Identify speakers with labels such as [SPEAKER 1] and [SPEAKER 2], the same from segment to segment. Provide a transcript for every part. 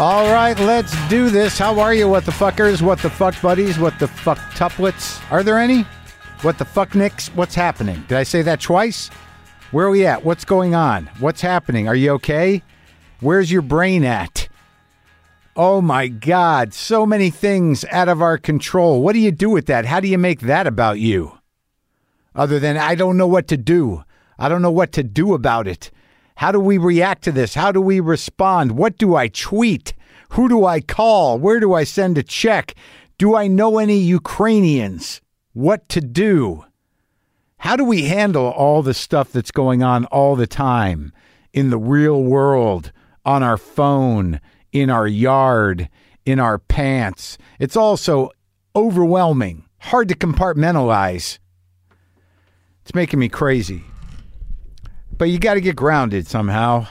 [SPEAKER 1] All right, let's do this. How are you, what the fuckers? What the fuck buddies? What the fuck tuplets? Are there any? What the fuck nicks? What's happening? Did I say that twice? Where are we at? What's going on? What's happening? Are you okay? Where's your brain at? Oh my God, so many things out of our control. What do you do with that? How do you make that about you? Other than, I don't know what to do. I don't know what to do about it. How do we react to this? How do we respond? What do I tweet? Who do I call? Where do I send a check? Do I know any Ukrainians? What to do? How do we handle all the stuff that's going on all the time in the real world, on our phone, in our yard, in our pants? It's also overwhelming, hard to compartmentalize. It's making me crazy but you got to get grounded somehow.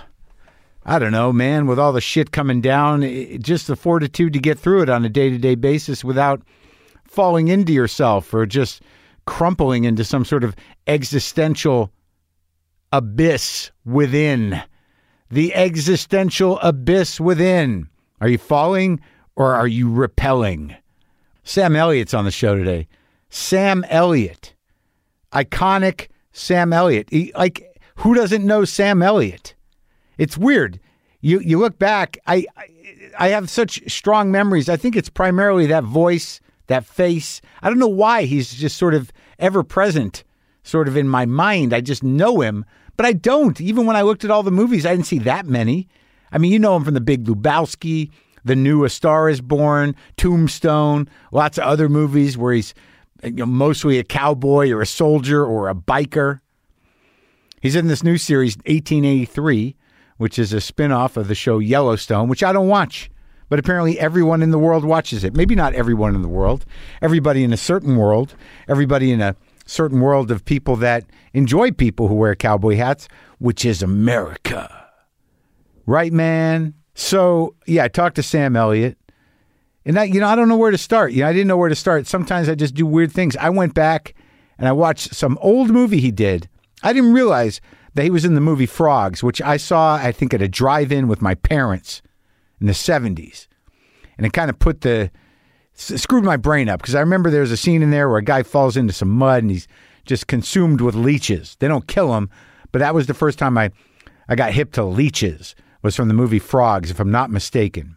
[SPEAKER 1] I don't know, man, with all the shit coming down, it, just the fortitude to get through it on a day to day basis without falling into yourself or just crumpling into some sort of existential abyss within. The existential abyss within. Are you falling or are you repelling? Sam Elliott's on the show today. Sam Elliott, iconic Sam Elliott. He, like, who doesn't know Sam Elliott? It's weird. You you look back. I I- I have such strong memories. I think it's primarily that voice, that face. I don't know why he's just sort of ever present, sort of in my mind. I just know him, but I don't. Even when I looked at all the movies, I didn't see that many. I mean, you know him from The Big Lebowski, The New A Star Is Born, Tombstone, lots of other movies where he's you know, mostly a cowboy or a soldier or a biker. He's in this new series, 1883, which is a spin off of the show Yellowstone, which I don't watch. But apparently, everyone in the world watches it. Maybe not everyone in the world. Everybody in a certain world, everybody in a certain world of people that enjoy people who wear cowboy hats, which is America. Right, man? So, yeah, I talked to Sam Elliott. And I, you know, I don't know where to start. You know, I didn't know where to start. Sometimes I just do weird things. I went back and I watched some old movie he did. I didn't realize that he was in the movie Frogs, which I saw, I think, at a drive-in with my parents in the '70s, and it kind of put the s- screwed my brain up because I remember there's a scene in there where a guy falls into some mud and he's just consumed with leeches. They don't kill him, but that was the first time I I got hip to leeches was from the movie Frogs, if I'm not mistaken.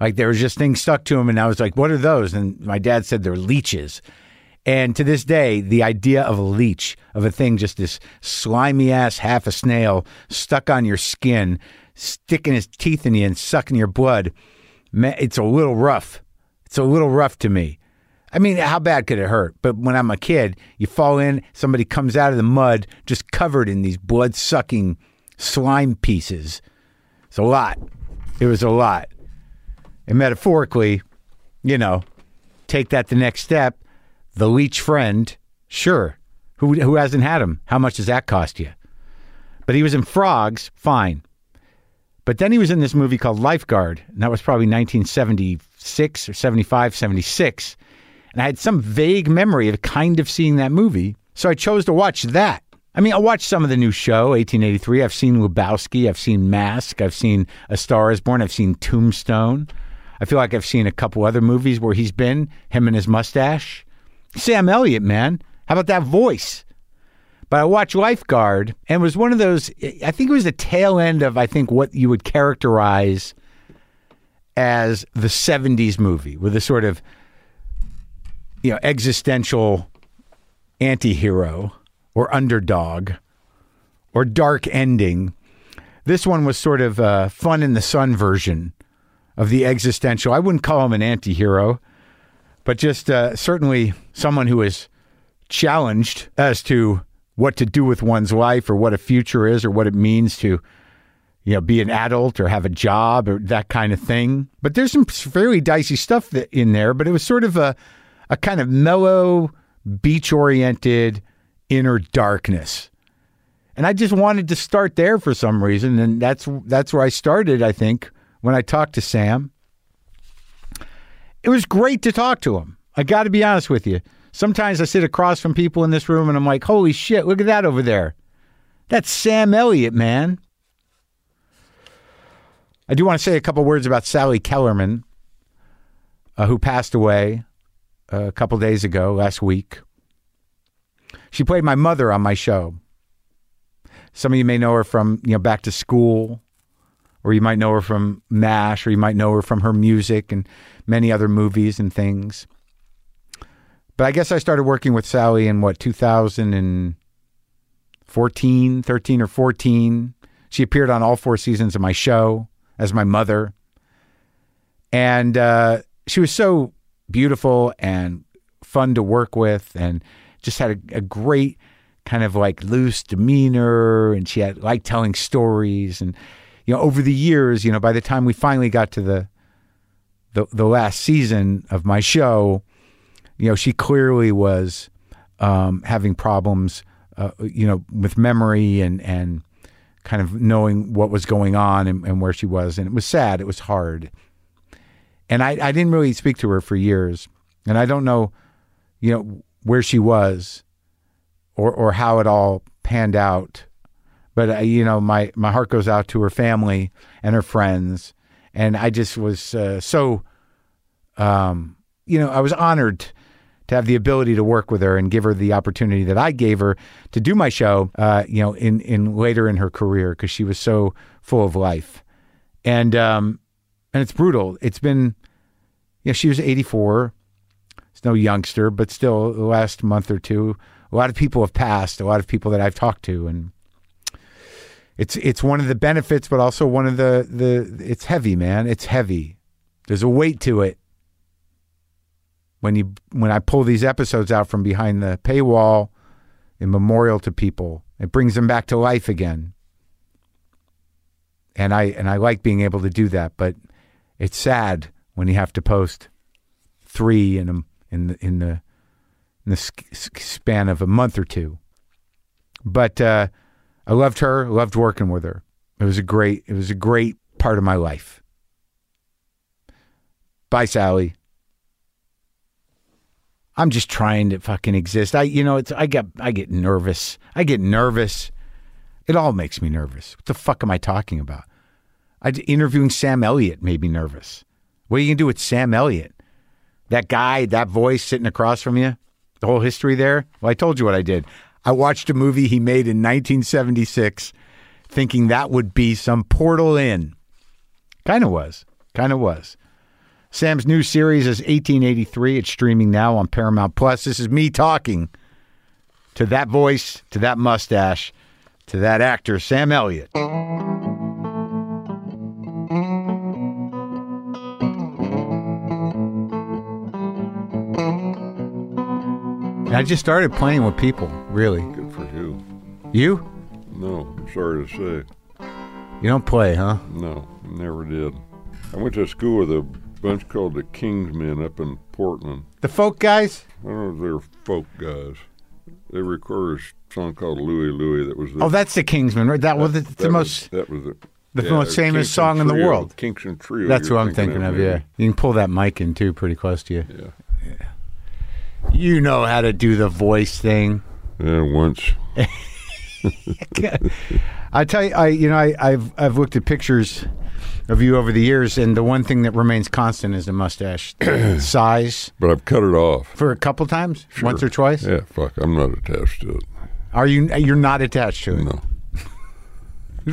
[SPEAKER 1] Like there was just things stuck to him, and I was like, "What are those?" And my dad said they're leeches. And to this day, the idea of a leech, of a thing, just this slimy ass half a snail stuck on your skin, sticking his teeth in you and sucking your blood, ma- it's a little rough. It's a little rough to me. I mean, how bad could it hurt? But when I'm a kid, you fall in, somebody comes out of the mud just covered in these blood sucking slime pieces. It's a lot. It was a lot. And metaphorically, you know, take that the next step. The leech friend, sure. Who who hasn't had him? How much does that cost you? But he was in Frogs, fine. But then he was in this movie called Lifeguard, and that was probably 1976 or 75, 76. And I had some vague memory of kind of seeing that movie, so I chose to watch that. I mean, I watched some of the new show, 1883. I've seen Lubowski, I've seen Mask, I've seen A Star is Born, I've seen Tombstone. I feel like I've seen a couple other movies where he's been, him and his mustache. Sam Elliott, man. How about that voice? But I watched Lifeguard and it was one of those, I think it was the tail end of, I think, what you would characterize as the 70s movie with a sort of, you know, existential anti hero or underdog or dark ending. This one was sort of a fun in the sun version of the existential. I wouldn't call him an anti hero but just uh, certainly someone who is challenged as to what to do with one's life or what a future is or what it means to you know be an adult or have a job or that kind of thing but there's some fairly dicey stuff that, in there but it was sort of a a kind of mellow beach oriented inner darkness and I just wanted to start there for some reason and that's that's where I started I think when I talked to Sam it was great to talk to him. I got to be honest with you. Sometimes I sit across from people in this room and I'm like, holy shit, look at that over there. That's Sam Elliott, man. I do want to say a couple words about Sally Kellerman, uh, who passed away uh, a couple days ago, last week. She played my mother on my show. Some of you may know her from, you know, Back to School, or you might know her from MASH, or you might know her from her music and many other movies and things. But I guess I started working with Sally in what, 2014, 13 or 14. She appeared on all four seasons of my show as my mother. And uh, she was so beautiful and fun to work with and just had a, a great kind of like loose demeanor and she had like telling stories and you know over the years you know by the time we finally got to the the, the last season of my show you know she clearly was um, having problems uh, you know with memory and and kind of knowing what was going on and, and where she was and it was sad it was hard and I, I didn't really speak to her for years and i don't know you know where she was or or how it all panned out but uh, you know my my heart goes out to her family and her friends and i just was uh, so um you know i was honored to have the ability to work with her and give her the opportunity that i gave her to do my show uh you know in in later in her career because she was so full of life and um and it's brutal it's been you know she was 84 it's no youngster but still the last month or two a lot of people have passed a lot of people that i've talked to and it's it's one of the benefits, but also one of the the it's heavy, man. It's heavy. There's a weight to it. When you when I pull these episodes out from behind the paywall in memorial to people, it brings them back to life again. And I and I like being able to do that, but it's sad when you have to post three in a, in the in the in the sk- sk- span of a month or two. But uh, I loved her, loved working with her. It was a great it was a great part of my life. Bye, Sally. I'm just trying to fucking exist. I you know, it's I get I get nervous. I get nervous. It all makes me nervous. What the fuck am I talking about? I interviewing Sam Elliott made me nervous. What are you gonna do with Sam Elliott? That guy, that voice sitting across from you, the whole history there. Well, I told you what I did. I watched a movie he made in 1976, thinking that would be some portal in. Kind of was. Kind of was. Sam's new series is 1883. It's streaming now on Paramount Plus. This is me talking to that voice, to that mustache, to that actor, Sam Elliott. And I just started playing with people, really.
[SPEAKER 2] Good for you.
[SPEAKER 1] You?
[SPEAKER 2] No, I'm sorry to say.
[SPEAKER 1] You don't play, huh?
[SPEAKER 2] No, never did. I went to school with a bunch called the Kingsmen up in Portland.
[SPEAKER 1] The folk guys?
[SPEAKER 2] I don't know if they were folk guys. They recorded a song called Louie Louie that was the,
[SPEAKER 1] Oh, that's the Kingsmen, right? That, was the, the
[SPEAKER 2] that
[SPEAKER 1] most.
[SPEAKER 2] was, that was the,
[SPEAKER 1] the most famous
[SPEAKER 2] Kingston
[SPEAKER 1] song in the
[SPEAKER 2] Trio-
[SPEAKER 1] world.
[SPEAKER 2] Kingston Trio.
[SPEAKER 1] That's
[SPEAKER 2] you're
[SPEAKER 1] what I'm thinking of, yeah.
[SPEAKER 2] maybe.
[SPEAKER 1] You can pull that mic in too, pretty close to you.
[SPEAKER 2] Yeah.
[SPEAKER 1] You know how to do the voice thing.
[SPEAKER 2] Yeah, once.
[SPEAKER 1] I tell you, I you know, I, I've I've looked at pictures of you over the years, and the one thing that remains constant is the mustache size.
[SPEAKER 2] But I've cut it off.
[SPEAKER 1] For a couple times, once
[SPEAKER 2] Sure.
[SPEAKER 1] or twice.
[SPEAKER 2] Yeah, fuck. I'm not attached to it.
[SPEAKER 1] Are you? You're not attached to it.
[SPEAKER 2] No.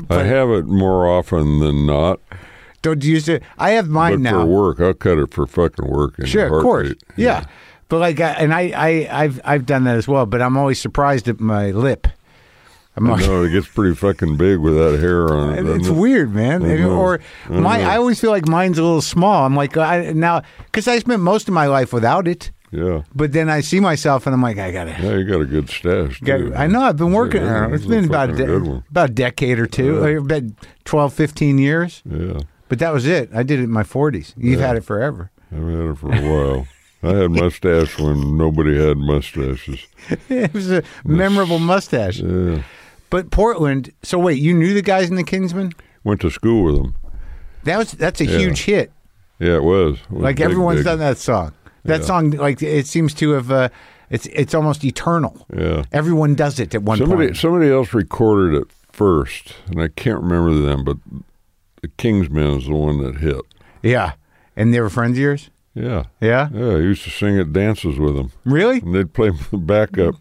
[SPEAKER 2] I have it more often than not.
[SPEAKER 1] Don't you use it. I have
[SPEAKER 2] But
[SPEAKER 1] mine now.
[SPEAKER 2] for work, I'll cut it for fucking work. in a
[SPEAKER 1] Sure, of course.
[SPEAKER 2] heartbeat.
[SPEAKER 1] Yeah. But like, I, and I, I, I've, I've done that as well. But I'm always surprised at my lip. I'm always,
[SPEAKER 2] No, it gets pretty fucking big without hair on it.
[SPEAKER 1] it's
[SPEAKER 2] doesn't it?
[SPEAKER 1] weird, man. And-
[SPEAKER 2] know.
[SPEAKER 1] Or my, I always feel like mine's a little small. I'm like, I now because I spent most of my life without it.
[SPEAKER 2] Yeah.
[SPEAKER 1] But then I see myself and I'm like, I gotta.
[SPEAKER 2] Yeah, you got a good stash.
[SPEAKER 1] gotta-
[SPEAKER 2] too.
[SPEAKER 1] I know I've been working.
[SPEAKER 2] Yeah,
[SPEAKER 1] on it. It's
[SPEAKER 2] that's a
[SPEAKER 1] been about a
[SPEAKER 2] fucking
[SPEAKER 1] de-
[SPEAKER 2] good one.
[SPEAKER 1] about a decade or two, or about 12, 15 years.
[SPEAKER 2] Yeah,
[SPEAKER 1] But that was it. I did it in my forties. You've had it forever.
[SPEAKER 2] I've had it for a while. I had mustache when nobody had mustaches.
[SPEAKER 1] it was a memorable mustache.
[SPEAKER 2] Yeah,
[SPEAKER 1] But Portland. So wait, you knew the guys in the Kingsmen?
[SPEAKER 2] went to school with them.
[SPEAKER 1] That was that's a
[SPEAKER 2] Yeah.
[SPEAKER 1] huge hit.
[SPEAKER 2] Yeah, it was. It was
[SPEAKER 1] Like
[SPEAKER 2] big,
[SPEAKER 1] everyone's
[SPEAKER 2] big.
[SPEAKER 1] done that song. That
[SPEAKER 2] Yeah.
[SPEAKER 1] song, like it seems to have. Uh, it's it's almost eternal.
[SPEAKER 2] Yeah.
[SPEAKER 1] Everyone does it at one
[SPEAKER 2] Somebody
[SPEAKER 1] point.
[SPEAKER 2] somebody else recorded it first, and I can't remember them, but the Kingsmen is the one that hit.
[SPEAKER 1] Yeah. And they were friends of yours?
[SPEAKER 2] Yeah.
[SPEAKER 1] Yeah.
[SPEAKER 2] Yeah, Mm. I used to sing at dances with them.
[SPEAKER 1] Really?
[SPEAKER 2] And they'd play backup.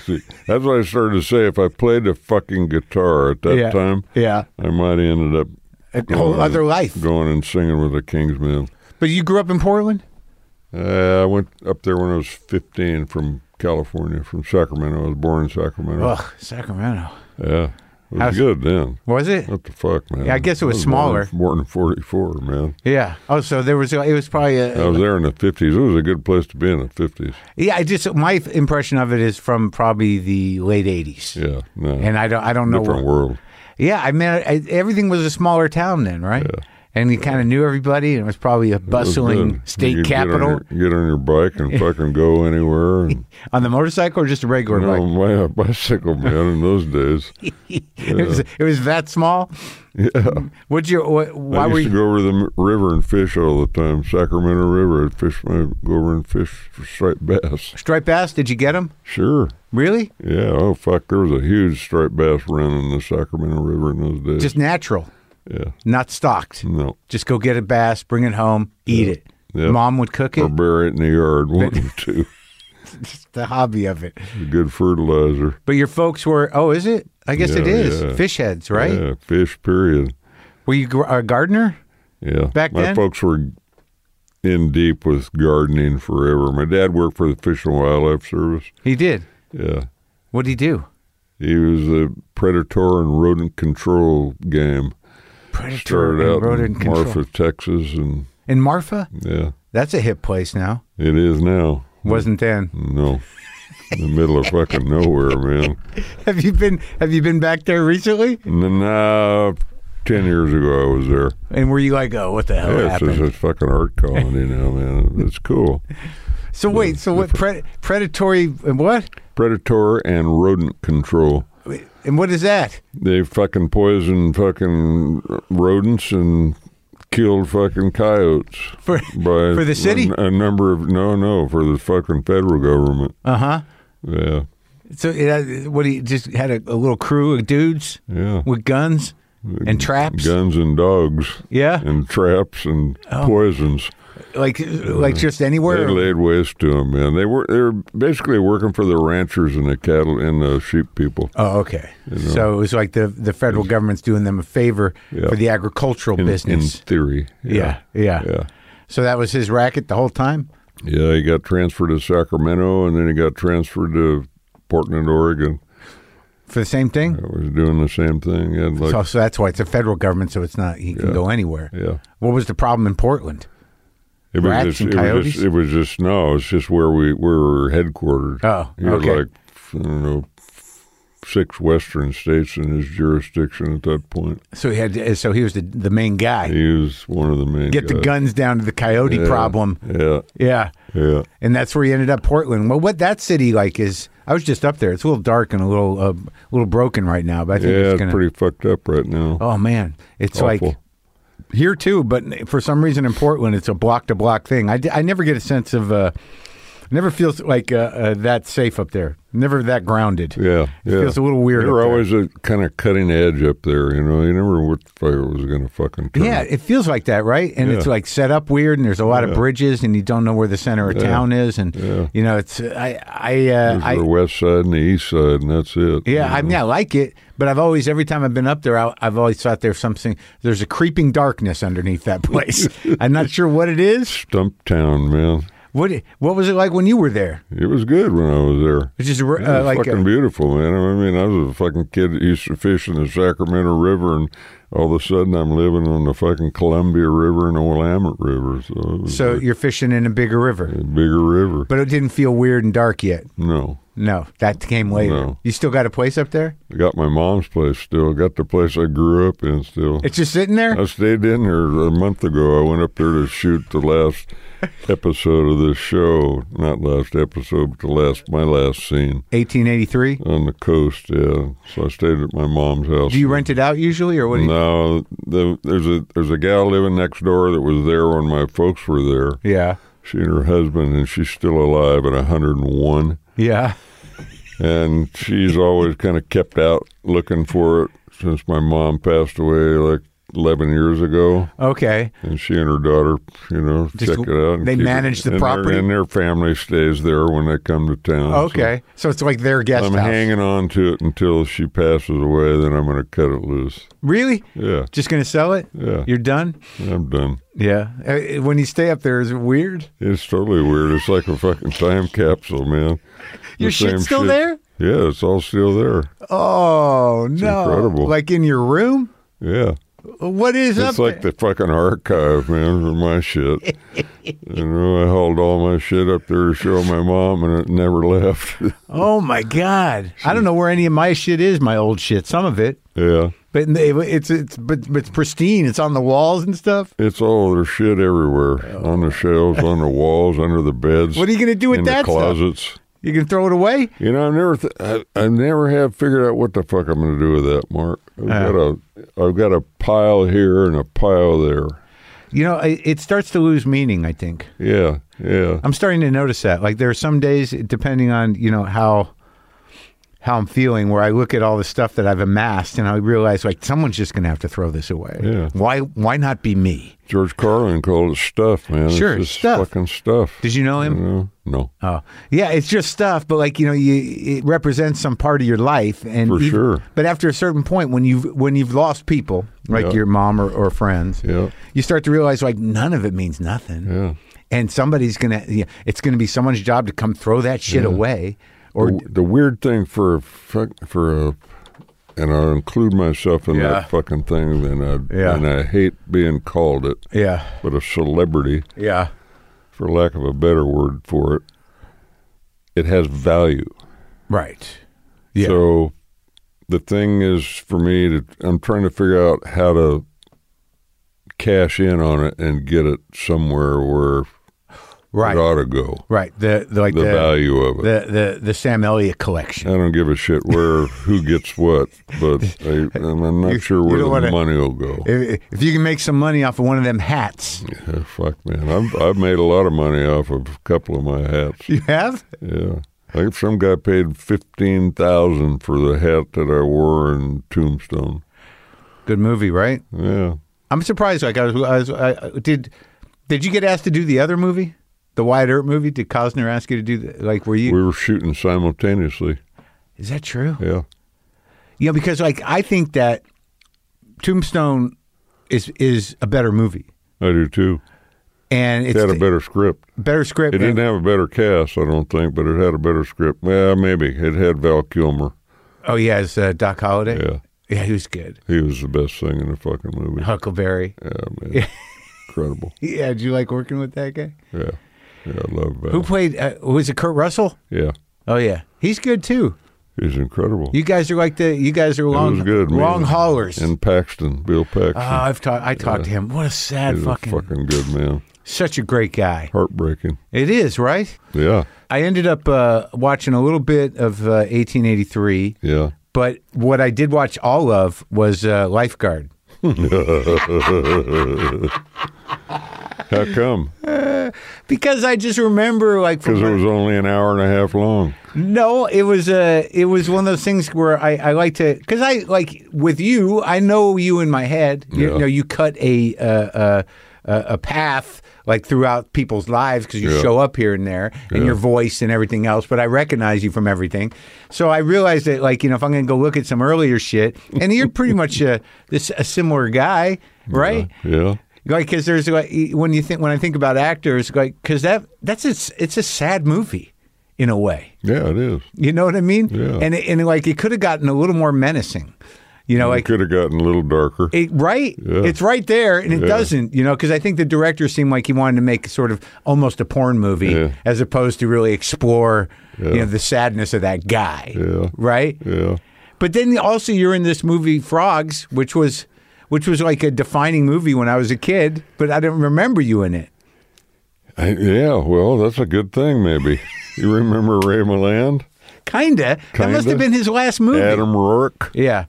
[SPEAKER 2] See, That's what I started to say. If I played a fucking guitar at that
[SPEAKER 1] yeah.
[SPEAKER 2] time,
[SPEAKER 1] Yeah.
[SPEAKER 2] I might have ended up
[SPEAKER 1] A whole
[SPEAKER 2] going
[SPEAKER 1] other
[SPEAKER 2] and-
[SPEAKER 1] life.
[SPEAKER 2] going and singing with the Kingsmen.
[SPEAKER 1] But you grew up in Portland?
[SPEAKER 2] Uh, I went up there when I was 15 from California, from Sacramento. I was born in Sacramento.
[SPEAKER 1] Ugh, Sacramento.
[SPEAKER 2] Yeah. It was
[SPEAKER 1] How's-
[SPEAKER 2] good then.
[SPEAKER 1] Was it?
[SPEAKER 2] What the fuck, man?
[SPEAKER 1] Yeah, I guess it was
[SPEAKER 2] born in-
[SPEAKER 1] smaller.
[SPEAKER 2] Born in 44, man.
[SPEAKER 1] Yeah. Oh, so there was, it was probably a,
[SPEAKER 2] I was there in the 50s. It was a good place to be in the 50s.
[SPEAKER 1] yeah, I just, my impression of it is from probably the late 80s.
[SPEAKER 2] Yeah. No.
[SPEAKER 1] And I don't, I don't know.
[SPEAKER 2] different
[SPEAKER 1] what-
[SPEAKER 2] world.
[SPEAKER 1] Yeah, I mean, I, everything was a smaller town then, right? And you kind of knew everybody, and it was probably a
[SPEAKER 2] It was
[SPEAKER 1] bustling
[SPEAKER 2] good.
[SPEAKER 1] state
[SPEAKER 2] You could
[SPEAKER 1] capital.
[SPEAKER 2] Get on, your, get on your bike and fucking go anywhere. And,
[SPEAKER 1] On the motorcycle or just a regular
[SPEAKER 2] you know,
[SPEAKER 1] bike?
[SPEAKER 2] my uh, bicycle, man, in those days.
[SPEAKER 1] it, was, it was that small. Yeah. What'd you? What, why
[SPEAKER 2] I
[SPEAKER 1] were
[SPEAKER 2] used
[SPEAKER 1] you?
[SPEAKER 2] to go over the m- river and fish all the time. Sacramento River, I'd fish my, go over and fish for striped bass.
[SPEAKER 1] striped bass? Did you get them?
[SPEAKER 2] Sure.
[SPEAKER 1] Really?
[SPEAKER 2] Yeah. Oh, fuck. There was a huge striped bass run in the Sacramento River in those days.
[SPEAKER 1] Just natural,
[SPEAKER 2] yeah.
[SPEAKER 1] not stocked.
[SPEAKER 2] No.
[SPEAKER 1] Just go get a bass, bring it home, eat it.
[SPEAKER 2] Yeah.
[SPEAKER 1] Mom would cook
[SPEAKER 2] Or
[SPEAKER 1] it.
[SPEAKER 2] bury it in the yard. One or two.
[SPEAKER 1] Just the hobby of it.
[SPEAKER 2] Good fertilizer.
[SPEAKER 1] But your folks were. Oh, is it? I guess it
[SPEAKER 2] Yeah,
[SPEAKER 1] is.
[SPEAKER 2] yeah.
[SPEAKER 1] Fish heads, right?
[SPEAKER 2] Yeah. Fish, period.
[SPEAKER 1] Were you gr- a gardener?
[SPEAKER 2] Yeah.
[SPEAKER 1] Back
[SPEAKER 2] my
[SPEAKER 1] then?
[SPEAKER 2] folks were in deep with gardening forever. My dad worked for the Fish and Wildlife Service.
[SPEAKER 1] He did.
[SPEAKER 2] Yeah.
[SPEAKER 1] What did he do?
[SPEAKER 2] He was a predator and rodent control game. Started
[SPEAKER 1] and
[SPEAKER 2] out in
[SPEAKER 1] rodent control.
[SPEAKER 2] Marfa, Texas, and
[SPEAKER 1] In Marfa?
[SPEAKER 2] yeah,
[SPEAKER 1] That's a hip place now.
[SPEAKER 2] it is now.
[SPEAKER 1] Wasn't then.
[SPEAKER 2] No, in the middle of fucking nowhere, man.
[SPEAKER 1] Have you been have you been back there recently?
[SPEAKER 2] And then, uh, ten years ago, I was there.
[SPEAKER 1] And were you like, oh, what the hell
[SPEAKER 2] yeah, it's just
[SPEAKER 1] happened?
[SPEAKER 2] a fucking art colony now, man. It's cool.
[SPEAKER 1] So wait, so what pred- predatory and what?
[SPEAKER 2] Predator and rodent control.
[SPEAKER 1] And what is that?
[SPEAKER 2] They fucking poisoned fucking rodents and killed fucking coyotes
[SPEAKER 1] For
[SPEAKER 2] by
[SPEAKER 1] For the city?
[SPEAKER 2] A, a number of no, no, for the fucking federal government.
[SPEAKER 1] uh huh.
[SPEAKER 2] Yeah,
[SPEAKER 1] So uh, what? He just had a, a little crew of dudes
[SPEAKER 2] yeah.
[SPEAKER 1] with guns and traps.
[SPEAKER 2] Guns and dogs
[SPEAKER 1] Yeah, Oh.
[SPEAKER 2] and traps and poisons.
[SPEAKER 1] like like just
[SPEAKER 2] They
[SPEAKER 1] anywhere.
[SPEAKER 2] laid waste to them, man. They were they were basically working for the ranchers and the cattle and the sheep people.
[SPEAKER 1] Oh, okay. So it was like the the federal government's doing them a favor
[SPEAKER 2] Yeah.
[SPEAKER 1] for the agricultural
[SPEAKER 2] In,
[SPEAKER 1] business.
[SPEAKER 2] in theory,
[SPEAKER 1] yeah, yeah,
[SPEAKER 2] yeah.
[SPEAKER 1] So that was his racket the whole time.
[SPEAKER 2] Yeah, he got transferred to Sacramento, and then he got transferred to Portland, Oregon.
[SPEAKER 1] for the same thing.
[SPEAKER 2] I was doing the same thing. He had like,
[SPEAKER 1] so, so that's why it's a federal government, so it's not he can
[SPEAKER 2] Yeah.
[SPEAKER 1] go anywhere.
[SPEAKER 2] yeah,
[SPEAKER 1] What was the problem in Portland?
[SPEAKER 2] it
[SPEAKER 1] Rats
[SPEAKER 2] was just,
[SPEAKER 1] and
[SPEAKER 2] it was
[SPEAKER 1] coyotes?
[SPEAKER 2] just, it was just no, it's just where we where we were headquartered.
[SPEAKER 1] Oh,
[SPEAKER 2] He had
[SPEAKER 1] okay.
[SPEAKER 2] like I don't know six Western states in his jurisdiction at that point.
[SPEAKER 1] so he had, so he was the, the main guy.
[SPEAKER 2] He was one of the main
[SPEAKER 1] Get the
[SPEAKER 2] guys.
[SPEAKER 1] guns down to the coyote
[SPEAKER 2] Yeah,
[SPEAKER 1] problem.
[SPEAKER 2] Yeah,
[SPEAKER 1] Yeah,
[SPEAKER 2] yeah.
[SPEAKER 1] and that's where he ended up. Portland. Well, what that city like is? I was just up there. It's a little dark and a little uh, little broken right now, but I think
[SPEAKER 2] Yeah,
[SPEAKER 1] it's
[SPEAKER 2] it's
[SPEAKER 1] gonna.
[SPEAKER 2] pretty fucked up right now.
[SPEAKER 1] oh man, it's
[SPEAKER 2] Awful.
[SPEAKER 1] like here too, but for some reason in Portland, it's a block to block thing. I, d- I never get a sense of. Uh, Never feels like uh, uh, that safe up there. Never that grounded.
[SPEAKER 2] Yeah,
[SPEAKER 1] It
[SPEAKER 2] yeah.
[SPEAKER 1] feels a little weird.
[SPEAKER 2] They were
[SPEAKER 1] up there.
[SPEAKER 2] always a kind of cutting edge up there, you know. You never knew what the fuck it was going to fucking turn.
[SPEAKER 1] Yeah, it feels like that, right? And it's
[SPEAKER 2] Yeah.
[SPEAKER 1] like set up weird, and there's a lot of bridges, and you don't know where the center of town is, and
[SPEAKER 2] Yeah.
[SPEAKER 1] you know, it's I I uh,
[SPEAKER 2] There's
[SPEAKER 1] I
[SPEAKER 2] the west side and the east side, and that's it.
[SPEAKER 1] yeah, I mean, I like it, but I've always every time I've been up there, I, I've always thought there's something. There's a creeping darkness underneath that place. I'm not sure what it is.
[SPEAKER 2] Stump Town, man.
[SPEAKER 1] What what was it like when you were there?
[SPEAKER 2] It was good when I was there.
[SPEAKER 1] It's just uh,
[SPEAKER 2] It was
[SPEAKER 1] like
[SPEAKER 2] fucking
[SPEAKER 1] uh,
[SPEAKER 2] beautiful, man. I mean, I was a fucking kid that used to fish in the Sacramento River, and all of a sudden I'm living on the fucking Columbia River and the Willamette River. So, it was
[SPEAKER 1] so you're fishing in a bigger river,
[SPEAKER 2] a bigger river.
[SPEAKER 1] but it didn't feel weird and dark yet.
[SPEAKER 2] no.
[SPEAKER 1] No, that came later.
[SPEAKER 2] No.
[SPEAKER 1] You still got a place up there?
[SPEAKER 2] I got my mom's place still. Got the place I grew up in still.
[SPEAKER 1] It's just sitting there.
[SPEAKER 2] I stayed in there a month ago. I went up there to shoot the last episode of this show. Not last episode, but the last my last scene
[SPEAKER 1] 1883.
[SPEAKER 2] on the coast. Yeah, so I stayed at my mom's house.
[SPEAKER 1] Do you rent it out usually, or what? Do you,
[SPEAKER 2] No, the, there's a there's a gal living next door that was there when my folks were there.
[SPEAKER 1] Yeah.
[SPEAKER 2] She and her husband, and she's still alive at 101.
[SPEAKER 1] Yeah.
[SPEAKER 2] and she's always kind of kept out looking for it since my mom passed away like 11 years ago.
[SPEAKER 1] Okay.
[SPEAKER 2] And she and her daughter, you know,
[SPEAKER 1] Just-
[SPEAKER 2] check it out. and
[SPEAKER 1] they
[SPEAKER 2] keep it-
[SPEAKER 1] manage the
[SPEAKER 2] and their-
[SPEAKER 1] property?
[SPEAKER 2] and their family stays there when they come to town. so
[SPEAKER 1] Okay. So it's like their guest
[SPEAKER 2] I'm
[SPEAKER 1] house.
[SPEAKER 2] hanging on to it until she passes away. Then I'm going to cut it loose.
[SPEAKER 1] Really?
[SPEAKER 2] Yeah,
[SPEAKER 1] Just going to sell it?
[SPEAKER 2] Yeah.
[SPEAKER 1] You're done?
[SPEAKER 2] I'm done.
[SPEAKER 1] Yeah. Uh, When you stay up there, is it weird?
[SPEAKER 2] It's totally weird. It's like a fucking time capsule, man. The
[SPEAKER 1] Your shit's
[SPEAKER 2] same
[SPEAKER 1] still there?
[SPEAKER 2] Yeah, it's all still there.
[SPEAKER 1] Oh, no.
[SPEAKER 2] incredible.
[SPEAKER 1] Like in your room?
[SPEAKER 2] Yeah.
[SPEAKER 1] What is up
[SPEAKER 2] It's like
[SPEAKER 1] there?
[SPEAKER 2] the fucking archive, man, for my shit. you know, I hauled all my shit up there to show my mom, and it never left.
[SPEAKER 1] oh, my God. I don't know where any of my shit is, my old shit. Some of it.
[SPEAKER 2] yeah.
[SPEAKER 1] But they- it's it's but, but it's pristine. It's on the walls and stuff.
[SPEAKER 2] It's all there's shit everywhere on the shelves, on the walls, under the beds.
[SPEAKER 1] What are you gonna do with
[SPEAKER 2] in
[SPEAKER 1] that
[SPEAKER 2] the
[SPEAKER 1] stuff?
[SPEAKER 2] closets?
[SPEAKER 1] You can throw it away.
[SPEAKER 2] You know, I've never, th- I, I never have figured out what the fuck I'm going to do with that, Mark. I've
[SPEAKER 1] Yeah.
[SPEAKER 2] got a, I've got a pile here and a pile there.
[SPEAKER 1] You know, it, it starts to lose meaning. I think
[SPEAKER 2] Yeah, yeah,
[SPEAKER 1] I'm starting to notice that. Like there are some days, depending on you know how how I'm feeling, where I look at all the stuff that I've amassed and I realize like someone's just gonna have to throw this away.
[SPEAKER 2] Yeah.
[SPEAKER 1] Why why not be me?
[SPEAKER 2] George Carlin called it stuff, man.
[SPEAKER 1] Sure,
[SPEAKER 2] it's just
[SPEAKER 1] stuff.
[SPEAKER 2] fucking stuff.
[SPEAKER 1] Did you know him?
[SPEAKER 2] You know? No,
[SPEAKER 1] Oh, yeah, it's just stuff, but like you know, you it represents some part of your life, and
[SPEAKER 2] For sure.
[SPEAKER 1] But after a certain point, when you've when you've lost people, like
[SPEAKER 2] Yeah.
[SPEAKER 1] your mom or, or friends,
[SPEAKER 2] Yeah.
[SPEAKER 1] you start to realize like none of it means nothing.
[SPEAKER 2] Yeah.
[SPEAKER 1] And somebody's gonna, yeah, it's gonna be someone's job to come throw that shit away, or
[SPEAKER 2] the, the weird thing for a fuck- for a, and I'll include myself in
[SPEAKER 1] Yeah.
[SPEAKER 2] that fucking thing. And I
[SPEAKER 1] Yeah.
[SPEAKER 2] and I hate being called it,
[SPEAKER 1] yeah,
[SPEAKER 2] but a celebrity,
[SPEAKER 1] yeah,
[SPEAKER 2] for lack of a better word for it, it has value.
[SPEAKER 1] right, yeah,
[SPEAKER 2] So the thing is for me to I'm trying to figure out how to cash in on it and get it somewhere where it
[SPEAKER 1] right,
[SPEAKER 2] ought to go.
[SPEAKER 1] right. The, the like
[SPEAKER 2] The,
[SPEAKER 1] the
[SPEAKER 2] value of it.
[SPEAKER 1] the the the Sam Elliott collection.
[SPEAKER 2] I don't give a shit where who gets what, but I, and I'm not
[SPEAKER 1] You-
[SPEAKER 2] sure
[SPEAKER 1] you
[SPEAKER 2] where
[SPEAKER 1] don't wanna-
[SPEAKER 2] the money will go.
[SPEAKER 1] If, if you can make some money off of one of them hats,
[SPEAKER 2] Yeah, fuck man, I've I've made a lot of money off of a couple of my hats.
[SPEAKER 1] you have.
[SPEAKER 2] Yeah, I think some guy paid fifteen thousand for the hat that I wore in Tombstone.
[SPEAKER 1] Good movie, right?
[SPEAKER 2] Yeah,
[SPEAKER 1] I'm surprised. Like I was, I was I, did. Did you get asked to do the other movie, the Wyatt Earp movie? Did Cosner ask you to do? The, like, were you?
[SPEAKER 2] we were shooting simultaneously.
[SPEAKER 1] is that true?
[SPEAKER 2] Yeah.
[SPEAKER 1] You know, because like I think that Tombstone is is a better movie,
[SPEAKER 2] I do too.
[SPEAKER 1] and
[SPEAKER 2] It
[SPEAKER 1] it's
[SPEAKER 2] had a better script.
[SPEAKER 1] better script.
[SPEAKER 2] It didn't
[SPEAKER 1] and-
[SPEAKER 2] have a better cast, I don't think, but it had a better script. Well, maybe it had Val Kilmer.
[SPEAKER 1] oh yeah, it's uh, Doc Holliday.
[SPEAKER 2] Yeah,
[SPEAKER 1] yeah, he was good.
[SPEAKER 2] he was the best thing in the fucking movie.
[SPEAKER 1] Huckleberry.
[SPEAKER 2] Yeah, man, incredible.
[SPEAKER 1] Yeah, did you like working with that guy?
[SPEAKER 2] Yeah, yeah, I love Val.
[SPEAKER 1] Who played? Uh, was it Kurt Russell?
[SPEAKER 2] Yeah,
[SPEAKER 1] Oh yeah, he's good too.
[SPEAKER 2] he's incredible.
[SPEAKER 1] You guys are like the you guys are long
[SPEAKER 2] it was good. man.
[SPEAKER 1] long haulers.
[SPEAKER 2] And Paxton, Bill Paxton,
[SPEAKER 1] Oh, I've talked. I talked to him. What a sad
[SPEAKER 2] he's
[SPEAKER 1] fucking,
[SPEAKER 2] a fucking good man.
[SPEAKER 1] such a great guy.
[SPEAKER 2] Heartbreaking.
[SPEAKER 1] It is right.
[SPEAKER 2] Yeah,
[SPEAKER 1] I ended up uh, watching a little bit of uh, 1883,
[SPEAKER 2] yeah.
[SPEAKER 1] but what I did watch all of was uh, Lifeguard.
[SPEAKER 2] How come?
[SPEAKER 1] Because I just remember, like, from
[SPEAKER 2] Because it
[SPEAKER 1] when-
[SPEAKER 2] was only an hour and a half long.
[SPEAKER 1] no, it was uh, it was one of those things where I, I like to, because I like with you, I know you in my head. You,
[SPEAKER 2] Yeah.
[SPEAKER 1] know, you cut a uh, uh, a a path like throughout people's lives because you
[SPEAKER 2] Yeah.
[SPEAKER 1] show up here and there, and
[SPEAKER 2] Yeah.
[SPEAKER 1] your voice and everything else. But I recognize you from everything, so I realized that, like, you know, if I'm going to go look at some earlier shit, and you're pretty much a, this a similar guy, right?
[SPEAKER 2] Yeah,
[SPEAKER 1] Like, because there's like when you think when I think about actors, like, because that that's it's it's a sad movie, in a way.
[SPEAKER 2] yeah, it is.
[SPEAKER 1] You know what I mean?
[SPEAKER 2] Yeah.
[SPEAKER 1] And it, and like it could have gotten a little more menacing, you know,
[SPEAKER 2] It
[SPEAKER 1] like.
[SPEAKER 2] could have gotten a little darker.
[SPEAKER 1] It, right,
[SPEAKER 2] Mm, Yeah.
[SPEAKER 1] it's right there, and it
[SPEAKER 2] Yeah.
[SPEAKER 1] doesn't, you know, because I think the director seemed like he wanted to make sort of almost a porn movie,
[SPEAKER 2] Yeah.
[SPEAKER 1] as opposed to really explore, you know, the sadness of that guy,
[SPEAKER 2] Yeah.
[SPEAKER 1] right?
[SPEAKER 2] Yeah,
[SPEAKER 1] But then also you're in this movie Frogs, which was which was like a defining movie when I was a kid, but I don't remember you in it.
[SPEAKER 2] I, yeah. Well, that's a good thing, maybe. you remember Ray Milland,
[SPEAKER 1] Kinda. That must
[SPEAKER 2] Kinda.
[SPEAKER 1] have been his last movie.
[SPEAKER 2] Adam Rourke,
[SPEAKER 1] Yeah.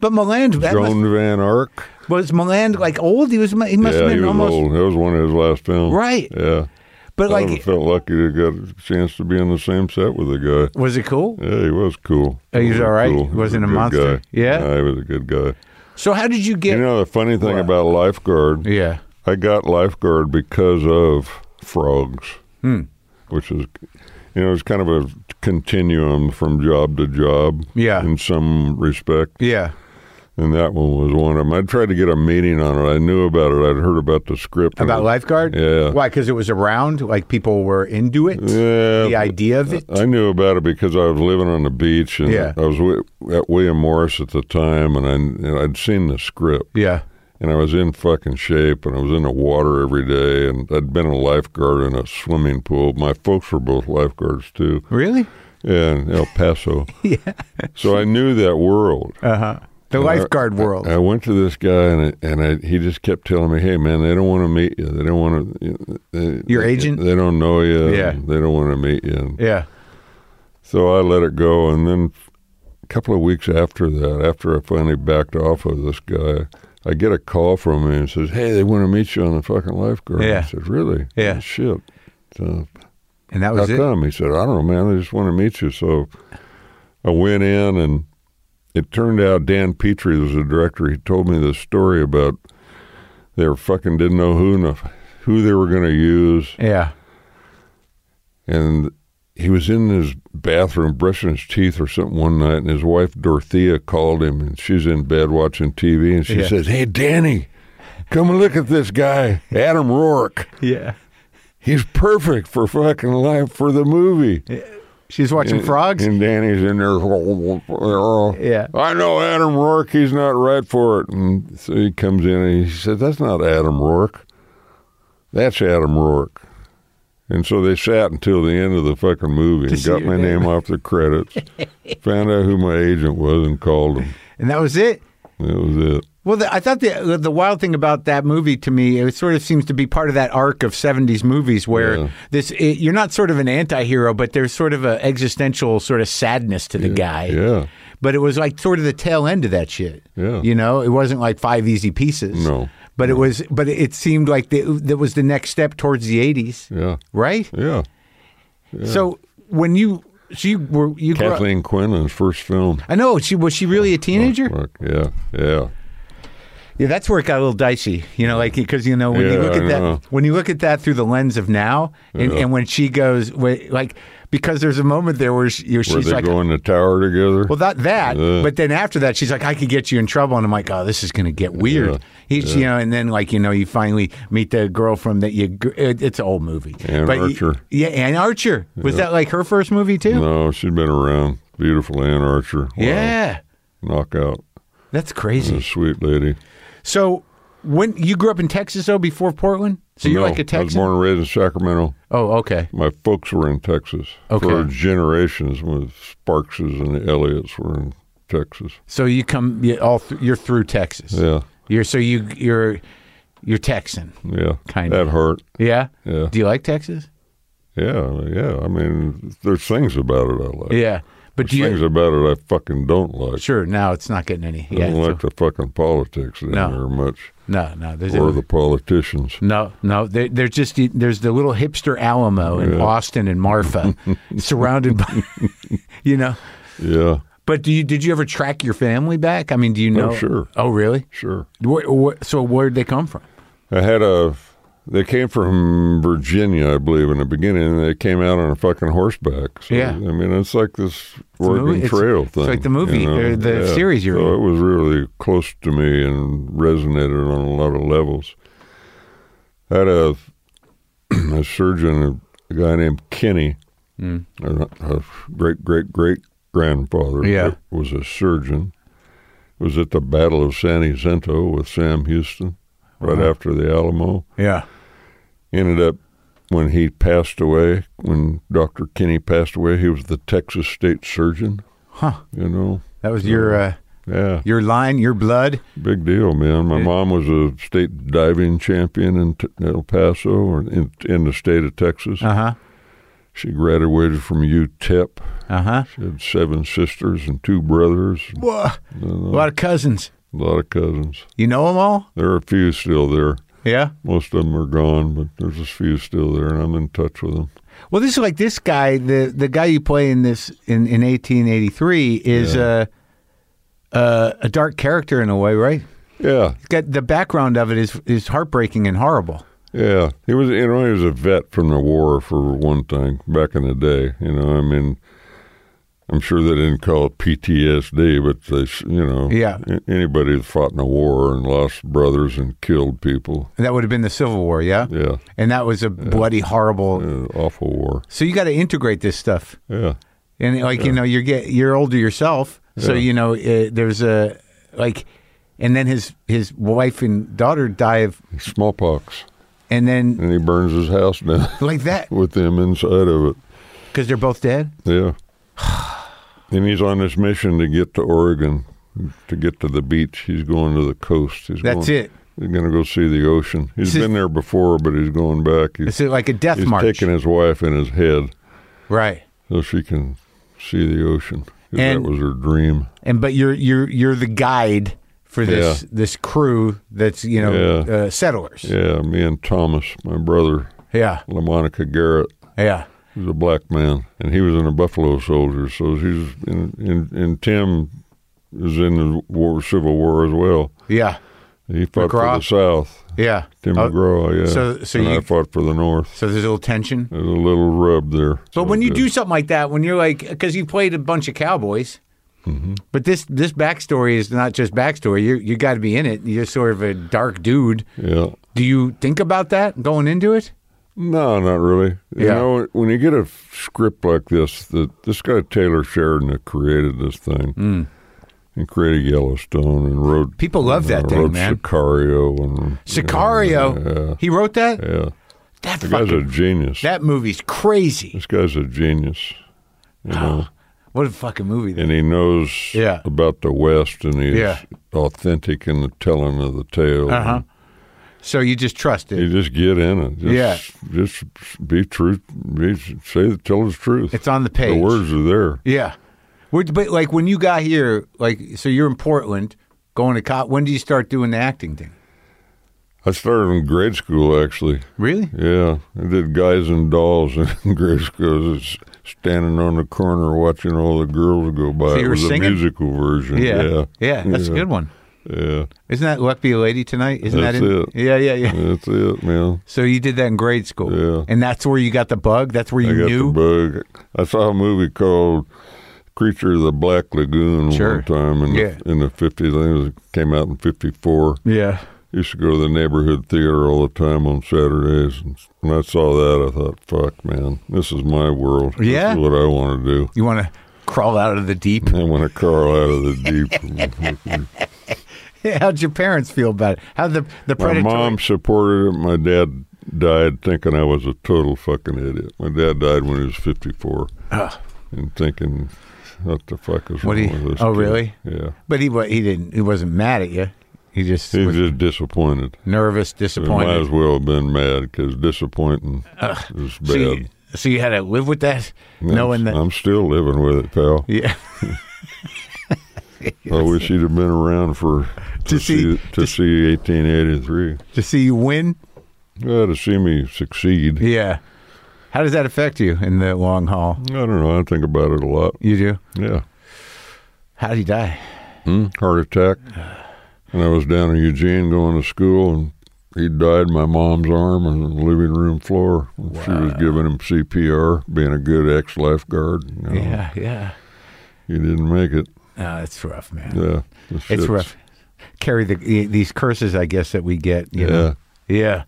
[SPEAKER 1] But Milan that must,
[SPEAKER 2] Joan Van Ark.
[SPEAKER 1] was Milan like old? He was he must have
[SPEAKER 2] Yeah,
[SPEAKER 1] been
[SPEAKER 2] he was
[SPEAKER 1] almost
[SPEAKER 2] old. Oh, That was one of his last films.
[SPEAKER 1] Right.
[SPEAKER 2] Yeah.
[SPEAKER 1] but
[SPEAKER 2] I would've
[SPEAKER 1] like
[SPEAKER 2] felt lucky to got a chance to be on the same set with the guy.
[SPEAKER 1] was it cool?
[SPEAKER 2] Yeah, he was cool.
[SPEAKER 1] Oh, he was all right?
[SPEAKER 2] cool.
[SPEAKER 1] Wasn't
[SPEAKER 2] a
[SPEAKER 1] a
[SPEAKER 2] good
[SPEAKER 1] monster?
[SPEAKER 2] guy.
[SPEAKER 1] Yeah?
[SPEAKER 2] he was a good guy.
[SPEAKER 1] So how did you get?
[SPEAKER 2] You know the funny thing about lifeguard,
[SPEAKER 1] yeah.
[SPEAKER 2] I got lifeguard because of frogs,
[SPEAKER 1] Hmm.
[SPEAKER 2] which is, you know, it's kind of a continuum from job to job.
[SPEAKER 1] Yeah.
[SPEAKER 2] in some respect,
[SPEAKER 1] Yeah.
[SPEAKER 2] and that one was one of them. I tried to get a meeting on it. I knew about it. I'd heard about the script.
[SPEAKER 1] About lifeguard?
[SPEAKER 2] Yeah.
[SPEAKER 1] Why? Because it was around. Like people were into it.
[SPEAKER 2] Yeah,
[SPEAKER 1] The idea of it.
[SPEAKER 2] I knew about it because I was living on the beach, and
[SPEAKER 1] Yeah.
[SPEAKER 2] I was wi- at William Morris at the time, and, I, and I'd seen the script,
[SPEAKER 1] yeah.
[SPEAKER 2] and I was in fucking shape, and I was in the water every day, and I'd been a lifeguard in a swimming pool. My folks were both lifeguards too,
[SPEAKER 1] Really?
[SPEAKER 2] in El Paso.
[SPEAKER 1] Yeah.
[SPEAKER 2] so I knew that world.
[SPEAKER 1] Uh huh. The lifeguard world.
[SPEAKER 2] I went to this guy, and I, and I, he just kept telling me, "Hey, man, they don't want to meet you. They don't want to. They,
[SPEAKER 1] Your agent?
[SPEAKER 2] They don't know you.
[SPEAKER 1] Yeah.
[SPEAKER 2] They don't want to meet you." And
[SPEAKER 1] yeah.
[SPEAKER 2] So I let it go, and then a couple of weeks after that, after I finally backed off of this guy, I get a call from him and says, "Hey, they want to meet you on the fucking lifeguard."
[SPEAKER 1] Yeah.
[SPEAKER 2] I said, "Really?
[SPEAKER 1] Yeah.
[SPEAKER 2] Shit." So
[SPEAKER 1] And that
[SPEAKER 2] how
[SPEAKER 1] was it.
[SPEAKER 2] come? He said, "I don't know, man. They just want to meet you." So I went in, and it turned out Dan Petrie was the director. He told me this story about they were fucking didn't know who in the- who they were going to use
[SPEAKER 1] Yeah.
[SPEAKER 2] and he was in his bathroom brushing his teeth or something one night, and his wife Dorothea called him, and she's in bed watching TV, and she
[SPEAKER 1] Yeah.
[SPEAKER 2] says, "Hey, Danny, come and look at this guy, Adam Rourke.
[SPEAKER 1] Yeah.
[SPEAKER 2] He's perfect for fucking life for the movie."
[SPEAKER 1] She's watching frogs.
[SPEAKER 2] And Danny's in there.
[SPEAKER 1] Yeah.
[SPEAKER 2] I know Adam Rourke. He's not right for it. And so he comes in and he said, That's not Adam Rourke. That's Adam Rourke. And so they sat until the end of the fucking movie and
[SPEAKER 1] see
[SPEAKER 2] got
[SPEAKER 1] your
[SPEAKER 2] my
[SPEAKER 1] name.
[SPEAKER 2] name off the credits, found out who my agent was and called him.
[SPEAKER 1] and that was it.
[SPEAKER 2] That was it.
[SPEAKER 1] Well, the, I thought the uh, the wild thing about that movie to me, it sort of seems to be part of that arc of '70s movies where
[SPEAKER 2] Yeah.
[SPEAKER 1] this it, you're not sort of an anti-hero, but there's sort of a existential sort of sadness to the guy.
[SPEAKER 2] Yeah.
[SPEAKER 1] But it was like sort of the tail end of that shit.
[SPEAKER 2] Yeah.
[SPEAKER 1] You know, it wasn't like five easy pieces.
[SPEAKER 2] No.
[SPEAKER 1] But it was. But it seemed like the, that was the next step towards the '80s,
[SPEAKER 2] Yeah.
[SPEAKER 1] right?
[SPEAKER 2] Yeah.
[SPEAKER 1] So when you so you were you grew up-
[SPEAKER 2] Kathleen Quinlan's first film.
[SPEAKER 1] I know she was she really a teenager?
[SPEAKER 2] Fuck, Yeah. Yeah.
[SPEAKER 1] Yeah, that's where it got a little dicey. You know, like because you know when you
[SPEAKER 2] Yeah,
[SPEAKER 1] look at
[SPEAKER 2] I know.
[SPEAKER 1] that when you look at that through the lens of now, and,
[SPEAKER 2] Yeah.
[SPEAKER 1] and when she goes, wait, like because there's a moment there where she, where
[SPEAKER 2] Were
[SPEAKER 1] she's
[SPEAKER 2] they
[SPEAKER 1] like,
[SPEAKER 2] going to tower together?
[SPEAKER 1] well, not that,
[SPEAKER 2] Yeah.
[SPEAKER 1] but then after that, she's like, I could get you in trouble, and I'm like, oh, this is gonna get weird. He, You know, and then like you know, you finally meet the girl from that you. gr- it- It's an old movie,
[SPEAKER 2] Ann
[SPEAKER 1] you-
[SPEAKER 2] Archer.
[SPEAKER 1] yeah, Ann Archer was that like her first movie too?
[SPEAKER 2] no, she'd been around. Beautiful Ann Archer. Wow.
[SPEAKER 1] Yeah,
[SPEAKER 2] Knockout.
[SPEAKER 1] that's crazy.
[SPEAKER 2] A sweet lady.
[SPEAKER 1] So when you grew up in Texas though, before Portland, so you're
[SPEAKER 2] No,
[SPEAKER 1] like a
[SPEAKER 2] I was
[SPEAKER 1] Texan.
[SPEAKER 2] born and raised in Sacramento.
[SPEAKER 1] oh, okay.
[SPEAKER 2] My folks were in Texas
[SPEAKER 1] Okay.
[SPEAKER 2] for generations. When the Sparkses and the Elliots were in Texas.
[SPEAKER 1] So you come you all th- you're through Texas.
[SPEAKER 2] Yeah,
[SPEAKER 1] You're so you you're you're Texan.
[SPEAKER 2] yeah.
[SPEAKER 1] Kind
[SPEAKER 2] that
[SPEAKER 1] of.
[SPEAKER 2] hurt.
[SPEAKER 1] Yeah.
[SPEAKER 2] Yeah.
[SPEAKER 1] Do you like Texas?
[SPEAKER 2] Yeah, yeah. I mean, there's things about it I like.
[SPEAKER 1] Yeah. But do
[SPEAKER 2] There's things
[SPEAKER 1] you
[SPEAKER 2] about it I fucking don't like.
[SPEAKER 1] Sure, now it's not getting any. Yeah.
[SPEAKER 2] I don't
[SPEAKER 1] so-
[SPEAKER 2] like the fucking politics in
[SPEAKER 1] No.
[SPEAKER 2] there much,
[SPEAKER 1] no, no, there's
[SPEAKER 2] or the politicians.
[SPEAKER 1] No, no, they they're just there's the little hipster Alamo in Austin and Marfa surrounded by you know.
[SPEAKER 2] Yeah,
[SPEAKER 1] But do you did you ever track your family back? I mean, do you know
[SPEAKER 2] Oh, sure.
[SPEAKER 1] Oh, really?
[SPEAKER 2] sure.
[SPEAKER 1] Wh- wh- so where'd they come from?
[SPEAKER 2] I had a. They came from Virginia, I believe, in the beginning, and they came out on a fucking horseback. So,
[SPEAKER 1] Yeah.
[SPEAKER 2] I mean, it's like this
[SPEAKER 1] movie-
[SPEAKER 2] Oregon
[SPEAKER 1] it's-
[SPEAKER 2] Trail
[SPEAKER 1] it's
[SPEAKER 2] thing.
[SPEAKER 1] like the movie, or the series you're
[SPEAKER 2] so
[SPEAKER 1] in.
[SPEAKER 2] it was really close to me and resonated on a lot of levels. I had a, a surgeon, a guy named Kenny,
[SPEAKER 1] Hmm.
[SPEAKER 2] a, a great great great grandfather.
[SPEAKER 1] Yeah.
[SPEAKER 2] was a surgeon. Was at the Battle of San Jacinto with Sam Houston, right
[SPEAKER 1] Wow.
[SPEAKER 2] after the Alamo
[SPEAKER 1] Yeah.
[SPEAKER 2] ended up when he passed away, when Dr. Kinney passed away, he was the Texas state surgeon,
[SPEAKER 1] Huh.
[SPEAKER 2] you know.
[SPEAKER 1] That was your uh,
[SPEAKER 2] Yeah,
[SPEAKER 1] your line, your blood.
[SPEAKER 2] big deal, man. My mom was a state diving champion in T- El Paso or in, in the state of Texas.
[SPEAKER 1] Uh-huh.
[SPEAKER 2] She graduated from UTEP.
[SPEAKER 1] Uh-huh.
[SPEAKER 2] She had seven sisters and two brothers,
[SPEAKER 1] Whoa. A lot of cousins.
[SPEAKER 2] a lot of cousins.
[SPEAKER 1] You know them all?
[SPEAKER 2] There are a few still there.
[SPEAKER 1] Yeah.
[SPEAKER 2] Most of them are gone, but there's a few still there, and I'm in touch with them.
[SPEAKER 1] Well, this is like this guy, the the guy you play in this in, in 1883 is uh uh, a dark character in a way, right?
[SPEAKER 2] Yeah,
[SPEAKER 1] Got the background of it is is heartbreaking and horrible.
[SPEAKER 2] yeah. He was, you know, he was a vet from the war for one thing back in the day. You know, I mean, I'm sure they didn't call it PTSD, but they, s- you know,
[SPEAKER 1] Yeah.
[SPEAKER 2] a- anybody that fought in a war and lost brothers and killed people,
[SPEAKER 1] And that would have been the Civil War, yeah.
[SPEAKER 2] yeah,
[SPEAKER 1] And that was a bloody horrible.
[SPEAKER 2] uh, awful war.
[SPEAKER 1] So you got to integrate this stuff.
[SPEAKER 2] Yeah,
[SPEAKER 1] and like you know you're get you're older yourself so
[SPEAKER 2] Yeah.
[SPEAKER 1] you know uh, there's a like and then his his wife and daughter die of
[SPEAKER 2] smallpox,
[SPEAKER 1] and then
[SPEAKER 2] and he burns his house down
[SPEAKER 1] like that
[SPEAKER 2] with them inside of it.
[SPEAKER 1] because they're both dead
[SPEAKER 2] Yeah. and he's on this mission to get to Oregon, to get to the beach. He's going to the coast. He's
[SPEAKER 1] that's
[SPEAKER 2] going,
[SPEAKER 1] it
[SPEAKER 2] He's going to go see the ocean. He's
[SPEAKER 1] This is-
[SPEAKER 2] been there before, but he's going back. He's,
[SPEAKER 1] it's like a death
[SPEAKER 2] he's
[SPEAKER 1] march
[SPEAKER 2] taking his wife in his head
[SPEAKER 1] right
[SPEAKER 2] so she can see the ocean. 'Cause
[SPEAKER 1] And-
[SPEAKER 2] that was her dream.
[SPEAKER 1] and but you're you're you're the guide for this
[SPEAKER 2] Yeah.
[SPEAKER 1] this crew that's you know
[SPEAKER 2] Yeah.
[SPEAKER 1] uh, settlers
[SPEAKER 2] Yeah, me and Thomas, my brother,
[SPEAKER 1] yeah
[SPEAKER 2] LaMonica Garrett,
[SPEAKER 1] yeah
[SPEAKER 2] was a black man, and he was in a Buffalo Soldier. So he's in, in, and Tim is in the war, Civil War as well.
[SPEAKER 1] yeah
[SPEAKER 2] He fought
[SPEAKER 1] McGraw?
[SPEAKER 2] for the South.
[SPEAKER 1] yeah
[SPEAKER 2] Tim
[SPEAKER 1] Oh,
[SPEAKER 2] McGraw, yeah.
[SPEAKER 1] so- so
[SPEAKER 2] and
[SPEAKER 1] you-
[SPEAKER 2] I fought for the North.
[SPEAKER 1] so there's a little tension
[SPEAKER 2] There's a little rub there.
[SPEAKER 1] But
[SPEAKER 2] So
[SPEAKER 1] when you
[SPEAKER 2] it-
[SPEAKER 1] do something like that, when you're like, because you played a bunch of cowboys,
[SPEAKER 2] Mm-hmm.
[SPEAKER 1] but this this backstory is not just backstory. You you got to be in it. You're sort of a dark dude.
[SPEAKER 2] yeah,
[SPEAKER 1] Do you think about that going into it?
[SPEAKER 2] no, not really. You
[SPEAKER 1] Yeah.
[SPEAKER 2] know, when you get a script like this, that this guy Taylor Sheridan that created this thing and created Yellowstone and wrote
[SPEAKER 1] Hmm. People love that
[SPEAKER 2] uh,
[SPEAKER 1] thing,
[SPEAKER 2] wrote
[SPEAKER 1] man.
[SPEAKER 2] Sicario and
[SPEAKER 1] Sicario.
[SPEAKER 2] Yeah,
[SPEAKER 1] He wrote that.
[SPEAKER 2] yeah.
[SPEAKER 1] That
[SPEAKER 2] The guy's a
[SPEAKER 1] fucking,
[SPEAKER 2] genius.
[SPEAKER 1] that movie's crazy.
[SPEAKER 2] this guy's a genius. You know,
[SPEAKER 1] What a fucking movie! That,
[SPEAKER 2] and he knows
[SPEAKER 1] Yeah.
[SPEAKER 2] about the West, and he's
[SPEAKER 1] Yeah.
[SPEAKER 2] authentic in the telling of the tale.
[SPEAKER 1] uh huh. So you just trust
[SPEAKER 2] You
[SPEAKER 1] it.
[SPEAKER 2] just get in it.
[SPEAKER 1] Yeah.
[SPEAKER 2] Just, Just be truth. Be, say tell us the truth.
[SPEAKER 1] It's on the page.
[SPEAKER 2] the words are there.
[SPEAKER 1] Yeah. Where- But like when you got here, like so you're in Portland, going to cop. When do you start doing the acting thing?
[SPEAKER 2] I started in grade school actually.
[SPEAKER 1] Really?
[SPEAKER 2] Yeah, I did guys and dolls in grade school. I was standing on the corner watching all the girls go by.
[SPEAKER 1] So you
[SPEAKER 2] it
[SPEAKER 1] were
[SPEAKER 2] was
[SPEAKER 1] singing?
[SPEAKER 2] a musical version.
[SPEAKER 1] Yeah.
[SPEAKER 2] yeah,
[SPEAKER 1] Yeah. that's a good one.
[SPEAKER 2] Yeah,
[SPEAKER 1] Isn't that Luck Be a Lady tonight? Isn't that
[SPEAKER 2] That's
[SPEAKER 1] in?
[SPEAKER 2] it.
[SPEAKER 1] Yeah, yeah, yeah.
[SPEAKER 2] that's it, man.
[SPEAKER 1] So you did that in grade school.
[SPEAKER 2] Yeah.
[SPEAKER 1] And that's where you got the bug? That's where
[SPEAKER 2] I
[SPEAKER 1] you
[SPEAKER 2] got
[SPEAKER 1] knew?
[SPEAKER 2] the bug. I saw a movie called Creature of the Black Lagoon
[SPEAKER 1] Sure.
[SPEAKER 2] one time in
[SPEAKER 1] Yeah.
[SPEAKER 2] the, in the 50s. I think it came out in 54.
[SPEAKER 1] Yeah.
[SPEAKER 2] Used to go to the neighborhood theater all the time on Saturdays, and when I saw that, I thought, "Fuck, man, this is my world.
[SPEAKER 1] Yeah?
[SPEAKER 2] this is what I want to do."
[SPEAKER 1] You want to crawl out of the deep?
[SPEAKER 2] I want to crawl out of the deep.
[SPEAKER 1] How'd your parents feel about it? How the the
[SPEAKER 2] my
[SPEAKER 1] predator?
[SPEAKER 2] mom supported it. My dad died thinking I was a total fucking idiot. My dad died when he was fifty-four, and thinking, "What the fuck is
[SPEAKER 1] Ah. What
[SPEAKER 2] wrong
[SPEAKER 1] do you-
[SPEAKER 2] with this?"
[SPEAKER 1] oh,
[SPEAKER 2] kid?"
[SPEAKER 1] really?
[SPEAKER 2] Yeah,
[SPEAKER 1] But he wa- he didn't he wasn't mad at you. He just
[SPEAKER 2] he's
[SPEAKER 1] was
[SPEAKER 2] just disappointed.
[SPEAKER 1] nervous,
[SPEAKER 2] He Might
[SPEAKER 1] disappointed.
[SPEAKER 2] as well have been mad because disappointing is bad.
[SPEAKER 1] so, you, so you had to live with that,
[SPEAKER 2] I'm-
[SPEAKER 1] knowing that.
[SPEAKER 2] I'm still living with it, pal.
[SPEAKER 1] yeah.
[SPEAKER 2] I wish he'd have been around for to,
[SPEAKER 1] see-
[SPEAKER 2] see, to see 1883.
[SPEAKER 1] to see you win.
[SPEAKER 2] Yeah, to see me succeed.
[SPEAKER 1] Yeah. How does that affect you in the long haul?
[SPEAKER 2] I don't know. I think about it a lot.
[SPEAKER 1] You do.
[SPEAKER 2] Yeah,
[SPEAKER 1] How would he die?
[SPEAKER 2] hmm? heart attack. And I was down in Eugene going to school, and he died in my mom's arm on the living room floor. She was giving him CPR, being a good ex lifeguard. You know.
[SPEAKER 1] Yeah, yeah.
[SPEAKER 2] he didn't make it.
[SPEAKER 1] No, it's rough, man.
[SPEAKER 2] Yeah, the
[SPEAKER 1] It's
[SPEAKER 2] shits.
[SPEAKER 1] rough. Carry the these curses, I guess, that we get. You
[SPEAKER 2] Yeah.
[SPEAKER 1] Know? Yeah.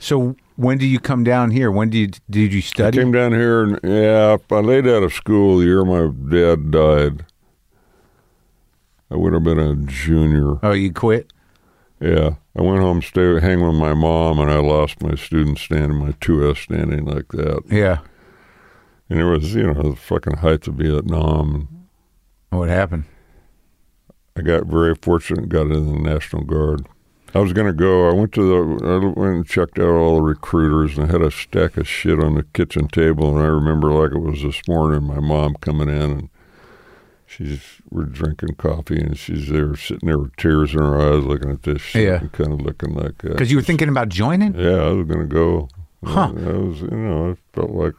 [SPEAKER 1] So when do you come down here? When do you did you
[SPEAKER 2] I
[SPEAKER 1] study?
[SPEAKER 2] came down here and yeah, I laid out of school the year my dad died. I would have been a junior.
[SPEAKER 1] Oh, you quit.
[SPEAKER 2] Yeah, I went home, stay hang with my mom, and I lost my student standing, my two S standing like that.
[SPEAKER 1] Yeah.
[SPEAKER 2] And it was you know the fucking heights of Vietnam. And
[SPEAKER 1] What happened?
[SPEAKER 2] I got very fortunate, got in the National Guard. I was gonna go. I went to the. I went and checked out all the recruiters, and I had a stack of shit on the kitchen table. And I remember like it was this morning. My mom coming in, and she's we're drinking coffee, and she's there sitting there with tears in her eyes, looking at this shit,
[SPEAKER 1] Yeah.
[SPEAKER 2] and kind of looking like that.
[SPEAKER 1] Because you were thinking about joining.
[SPEAKER 2] Yeah, I was gonna go.
[SPEAKER 1] Huh.
[SPEAKER 2] I was, you know, I felt like